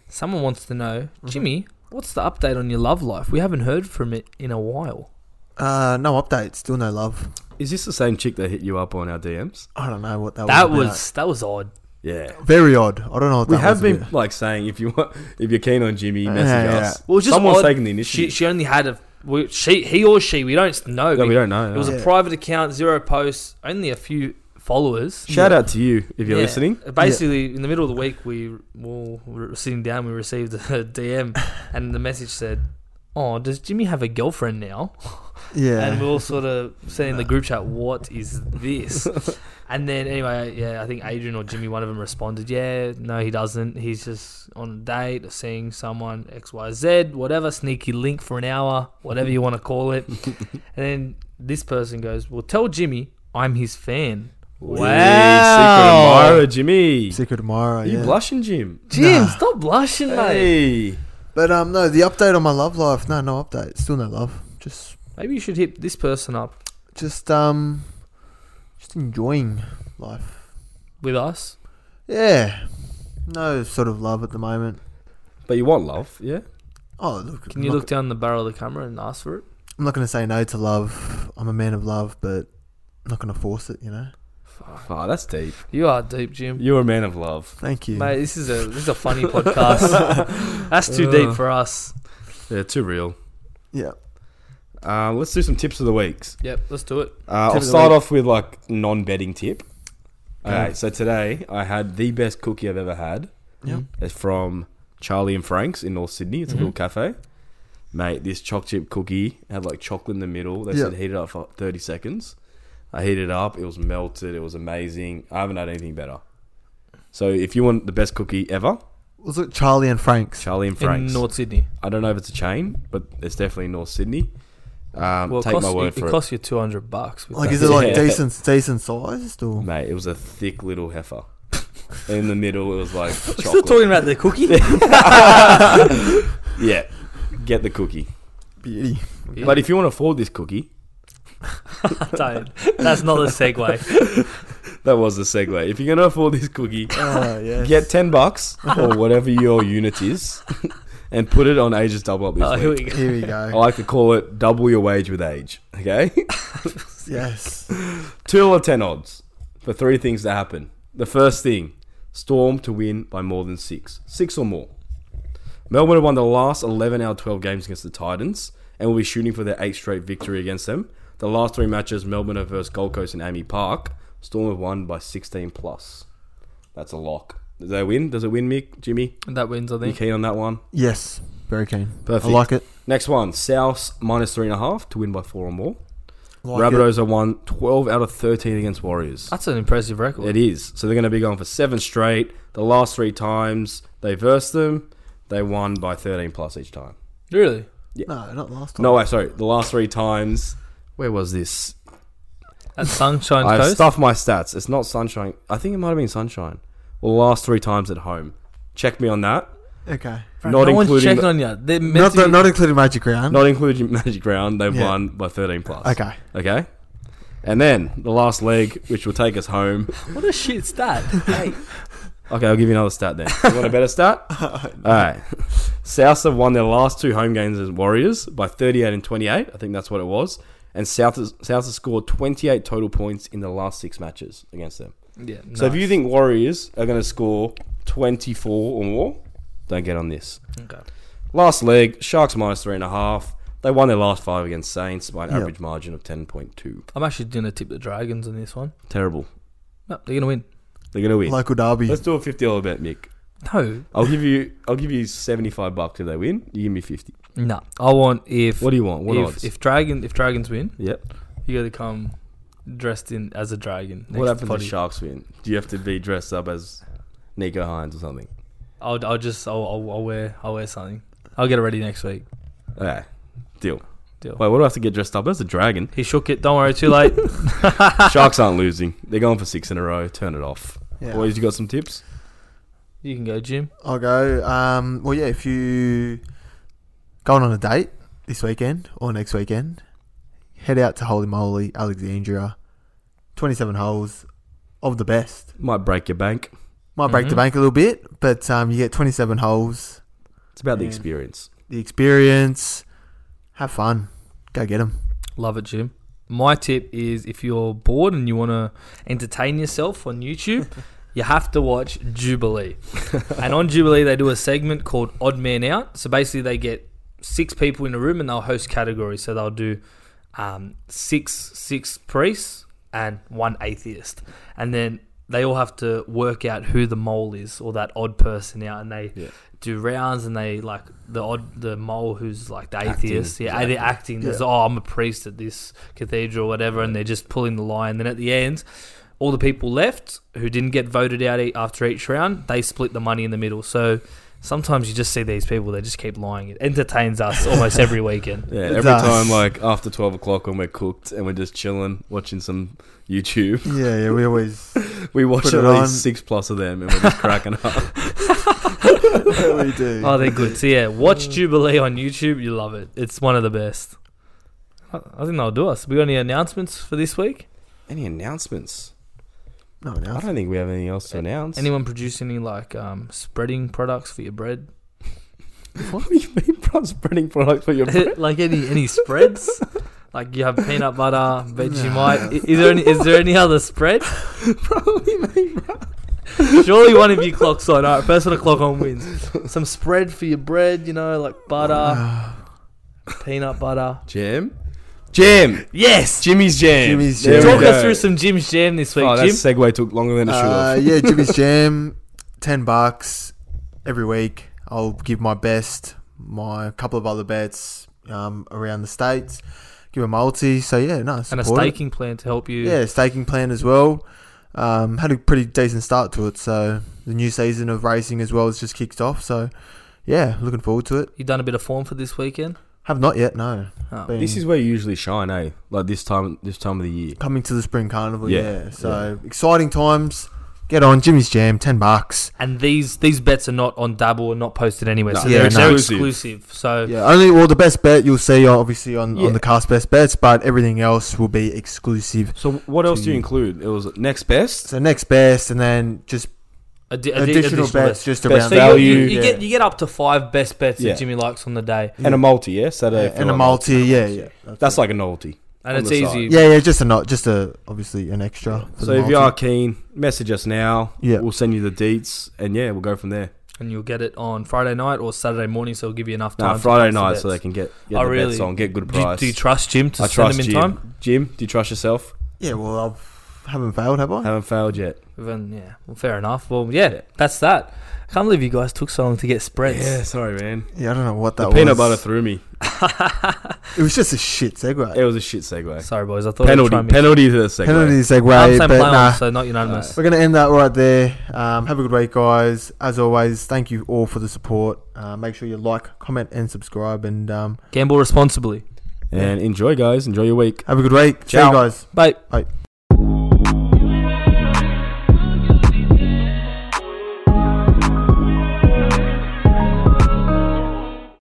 S2: someone wants to know, Jimmy, What's the update on your love life? We haven't heard from it in a while.
S1: Uh, no update. Still no love.
S3: Is this the same chick that hit you up on our DMs?
S1: I don't know what that,
S2: That
S1: was. about.
S2: was that was odd.
S3: Yeah.
S1: very odd. I don't know. What
S3: We
S1: that was
S3: have been
S1: about.
S3: like saying if you want, if you're keen on Jimmy, message
S1: Yeah, yeah.
S3: us.
S2: Well, it was just
S3: someone's
S2: odd.
S3: taking the
S2: She
S3: initiative.
S2: she only had a we- she he or she. We don't know.
S3: no, we don't know.
S2: It was
S1: Yeah.
S2: a private account, zero posts, only a few followers.
S3: Shout out to you if you're
S2: Yeah. Uh,
S3: listening.
S2: Basically, in the middle of the week, we well, we were sitting down, we received a [laughs] DM, and the message said, "Oh, does Jimmy have a girlfriend now?"
S1: Yeah.
S2: And we all sort of said in the group chat, "What is this?" and then anyway, yeah, I think Adrian or Jimmy, one of them responded, "Yeah, no, he doesn't. He's just on a date, or seeing someone X, Y, Z, whatever sneaky link for an hour, whatever you want to call it." and then this person goes, "Well, tell Jimmy I'm his fan."
S3: Wee,
S2: Wow.
S3: Secret admirer, Jimmy.
S1: Secret admirer.
S3: you
S1: yeah.
S3: blushing, Jim?
S2: Jim,
S1: Nah.
S2: stop blushing, mate.
S3: Hey.
S1: But um, no, the update on my love life. No, no update. Still no love. Just,
S2: Maybe you should hit this person up
S1: just um, just enjoying life.
S2: with us.
S1: Yeah. No sort of love at the moment.
S3: But you want love, yeah?
S1: Oh look.
S2: Can
S1: I'm
S2: you
S1: not-
S2: look down the barrel of the camera and ask for it?
S1: I'm not gonna say no to love. I'm a man of love, but I'm not gonna force it. You know.
S2: Fuck.
S3: Oh, that's deep.
S2: You are deep, Jim.
S3: You're a man of love.
S1: Thank you.
S2: Mate, this is a this is a funny
S3: [laughs]
S2: podcast. That's too
S3: Uh.
S2: deep for us.
S3: Yeah, too real.
S1: Yeah.
S3: Uh, let's do some tips of the weeks.
S2: Yep, let's do it.
S3: Uh,
S1: Tip
S3: I'll
S1: of the
S3: start
S1: week.
S3: off with like non-betting tip.
S1: Okay.
S3: Okay, so today I had the best cookie I've ever had.
S1: Yep.
S3: It's from Charlie and Frank's in North Sydney. It's
S2: Mhm.
S3: a little cafe. Mate, this choc chip cookie had like chocolate in the middle. They
S1: Yeah.
S3: said heat it up for 30 seconds. I heated it up. It was melted. It was amazing. I haven't had anything better. So if you want the best cookie ever,
S1: Was it Charlie and Frank's?
S3: Charlie and
S2: In
S3: Frank's.
S2: North Sydney.
S3: I don't know if it's a chain, but it's definitely in North Sydney. Um,
S2: Well, it
S3: take
S2: costs,
S3: my word
S2: it,
S3: for
S2: it costs you two hundred bucks. with
S1: Like,
S2: that.
S1: is it like
S3: Yeah.
S1: decent, decent sized
S3: it.
S1: or?
S3: Mate, it was a thick little
S2: [laughs]
S3: heifer. in the middle, it was
S2: We're
S3: like
S2: [laughs] still
S3: chocolate.
S2: talking about the
S3: [laughs]
S2: cookie?
S3: yeah, get the cookie. [laughs]
S1: Beauty.
S2: [laughs]
S3: But if you want to afford this cookie,
S2: Don't. That's
S3: [laughs]
S2: not a segue.
S3: That was the segue. If you're gonna afford this cookie,
S1: Oh yeah.
S3: get ten bucks or whatever your unit is, and put it on ages double up this
S2: Oh, here
S3: week.
S2: we go.
S1: Here we
S3: [laughs] I
S1: go.
S3: like to call it double your wage with age. Okay,
S1: Yes.
S3: two or ten odds for three things to happen. The first thing, Storm to win by more than six, six or more. Melbourne have won the last eleven out of twelve games against the Titans, and will be shooting for their eighth straight victory against them. The last three matches, Melbourne have versus Gold Coast and Amy Park. Storm have won by sixteen plus. That's a lock. Does that win? Does it win, Mick? Jimmy?
S2: That wins, I
S3: You
S2: think.
S3: keen on that one?
S1: Yes. Very keen.
S3: Perfect.
S1: I like it.
S3: Next one, South minus three and a half to win by four or more.
S1: Like it.
S3: Rabbitohs have won twelve out of thirteen against Warriors.
S2: That's an impressive record.
S3: It is. So they're going to be going for seven straight. The last three times they versed them, they won by 13 plus each time.
S2: Really?
S1: No, not last time.
S3: No, wait, sorry. The last three times. Where was this? [laughs]
S2: At Sunshine
S3: I
S2: Coast?
S3: stuffed my stats. It's not Sunshine. I think it might have been Sunshine. Well, the last three times at home. Check me on that.
S1: Okay.
S3: not
S2: no one's
S3: including
S2: checking on you. They're meant
S1: Not,
S2: to
S1: the,
S2: be-
S1: not including Magic Round.
S3: not including [laughs] Magic Round. They've
S1: Yeah.
S3: won by 13 plus.
S1: okay.
S3: Okay. And then the last leg, which will take us home.
S2: What a shit
S3: [laughs]
S2: stat. hey.
S3: Okay, I'll give you another stat then. You want a better stat? All right. South have won their last two home games as Warriors by 38 and 28. I think that's what it was. And South has, South has scored 28 total points in the last six matches against them.
S2: Yeah,
S3: So if
S2: nice.
S3: you think Warriors are going to score 24 or more, don't get on this.
S2: Okay.
S3: Last leg, Sharks minus three and a half. They won their last five against Saints by an
S1: Yep.
S3: average margin of 10.2.
S2: I'm actually going to tip the Dragons on this one.
S3: Terrible.
S2: No, they're going to win.
S3: They're going to win.
S1: Local derby.
S3: Let's do a $50 bet, Mick.
S2: No.
S3: I'll give you I'll give you 75 bucks if they win. You give me 50.
S2: No. I want if
S3: What do you want? What
S2: if,
S3: odds?
S2: if dragon if dragons win,
S3: yep.
S2: you got to come dressed in as a dragon. Next
S3: What happens if
S2: potty.
S3: Sharks win? Do you have to be dressed up as Nico Hines or something?
S2: I'll, I'll just I'll, I'll, I'll wear I'll wear something. I'll get it ready next week.
S3: Okay. Deal.
S2: Deal.
S3: Wait, what do I have to get dressed up as? A
S1: [laughs]
S3: dragon?
S2: He shook it. Don't worry, too late.
S3: Sharks aren't losing. They're going for six in a row. Turn it off.
S1: Yeah.
S3: Boys, you got some tips?
S2: you can go, Jim.
S1: I'll go. Um, well, yeah, if you going on a date this weekend or next weekend, head out to Holy Moly, Alexandria. 27 holes of the best.
S3: Might break your bank.
S1: Might break the
S2: Mhm.
S1: bank a little bit, but um, you get 27 holes.
S3: It's about the
S1: Yeah.
S3: experience.
S1: the experience. Have fun. Go get them.
S2: Love it, Jim. My tip is if you're bored and you want to entertain yourself on YouTube, you have to watch Jubilee. and on Jubilee, they do a segment called Odd Man Out. So basically, they get six people in a room and they'll host categories. So they'll do um, six six priests and one atheist, and then they all have to work out who the mole is or that odd person out, and they
S3: Yeah.
S2: do rounds and they like the odd the mole who's like the
S3: Acting,
S2: atheist, yeah,
S3: exactly.
S2: they're acting as
S1: Yeah.
S2: oh I'm a priest at this cathedral or whatever, and they're just pulling the line. Then at the end. All the people left who didn't get voted out e- after each round, they split the money in the middle. So sometimes you just see these people; they just keep lying. It entertains us almost every weekend.
S3: Yeah,
S1: It
S3: every
S1: does.
S3: time like after twelve o'clock when we're cooked and we're just chilling, watching some YouTube,
S1: Yeah, yeah. We always
S3: we watch
S1: Put
S3: at
S1: it
S3: least
S1: on.
S3: six plus of them and we're just cracking
S1: [laughs]
S3: up.
S1: we do.
S2: [laughs] Oh, they're good. So yeah, watch Jubilee on YouTube. You love it. It's one of the best. I I think that'll do us. We got any announcements for this week?
S3: Any announcements?
S1: no,
S3: I
S1: no.
S3: don't think we have anything else to announce.
S2: Anyone produce any like um, spreading products for your bread?
S3: [laughs] what do you mean bro, spreading
S1: [laughs]
S3: products [laughs] for your bread?
S2: like any any spreads? like you have peanut butter, Vegemite. I- Is there any is there any other spread? Surely one of you clocks on. All right, first one to clock on wins. Some spread for your bread, you know, like butter, peanut butter.
S3: Jam, jam,
S2: Yes.
S3: Jimmy's jam,
S1: Jimmy's
S3: There
S1: jam.
S3: we
S2: Talk us
S3: go.
S2: through some Jim's jam this week,
S3: Oh, that
S2: Jim.
S3: segue took longer than it should have. [laughs]
S1: Uh, yeah, Jimmy's Jam, ten bucks every week. I'll give my best, my couple of other bets um, around the states. Give a multi. So yeah, no
S2: and a
S1: support it.
S2: staking plan to help you.
S1: Yeah, staking plan as well. Um, had a pretty decent start to it, so the new season of racing as well has just kicked off. So, yeah, looking forward to it.
S2: You done a bit of form for this weekend?
S1: Have not yet, no.
S2: Oh.
S1: Been
S3: This is where you usually shine, eh? Like this time, this time of the year.
S1: coming to the spring carnival.
S3: Yeah,
S1: Yeah, so exciting times. Get on Jimmy's Jam, ten bucks.
S2: And these these bets are not on Dabble or not posted anywhere,
S3: No,
S2: so
S1: Yeah,
S2: they're,
S1: no.
S2: they're
S3: exclusive.
S2: exclusive. So
S1: Yeah, only well the best bet you'll see uh, obviously on,
S3: Yeah.
S1: on the cast best bets, but everything else will be exclusive.
S3: So what else do you
S1: To-
S3: include? It was next best.
S1: So next best, and then just
S2: addi- addi-
S1: additional, bets
S2: bets.
S1: just
S3: Best
S1: around
S2: So
S1: the
S2: you-
S3: value.
S2: you, you
S1: yeah.
S2: get you get up to five best bets
S3: Yeah.
S2: that Jimmy likes on the day,
S3: And a multi, yeah, Saturday
S1: Yeah,
S3: for
S1: and a
S3: like-
S1: multi. Yeah, yeah,
S3: That's like a novelty.
S2: and
S3: On
S2: it's
S3: the
S2: easy.
S1: yeah, yeah. Just a not, just a obviously an extra. for
S3: So
S1: the
S3: if
S1: multi.
S3: you are keen, message us now.
S1: Yeah.
S3: we'll send you the deets, and yeah, we'll go from there.
S2: And you'll get it on Friday night or Saturday morning, so it'll give you enough time.
S3: Nah,
S2: to
S3: Friday
S2: place the
S3: night,
S2: bets.
S3: so they can get, get
S2: Oh,
S3: the
S2: really?
S3: bets on, get good
S2: Do you,
S3: price.
S2: do you trust Jim to
S3: I
S2: send
S3: trust
S2: them in
S3: Jim.
S2: time?
S3: Jim, do you trust yourself?
S1: Yeah, well, I've, haven't failed, have I?
S3: Haven't failed yet.
S2: Then, yeah, well, fair enough. Well, yeah, that's that. I can't believe you guys took so long to get spreads.
S3: Yeah, sorry, man.
S1: Yeah, I don't know what that
S3: the
S1: was.
S3: peanut butter threw me.
S1: It was just a shit segue.
S3: It was a shit segue.
S2: Sorry, boys. I thought I'd try
S3: Penalty,
S2: and-
S3: penalty to the segue.
S1: Penalty
S2: I'm
S1: segue,
S2: saying
S1: but
S2: play on,
S1: nah.
S2: so not unanimous.
S1: We're gonna end that right there. Um, have a good week, guys. As always, thank you all for the support. Uh, make sure you like, comment, and subscribe. And um,
S2: Gamble responsibly.
S3: And enjoy, guys. Enjoy your week.
S1: have a good week. See you
S3: Ciao.
S1: guys.
S2: Bye.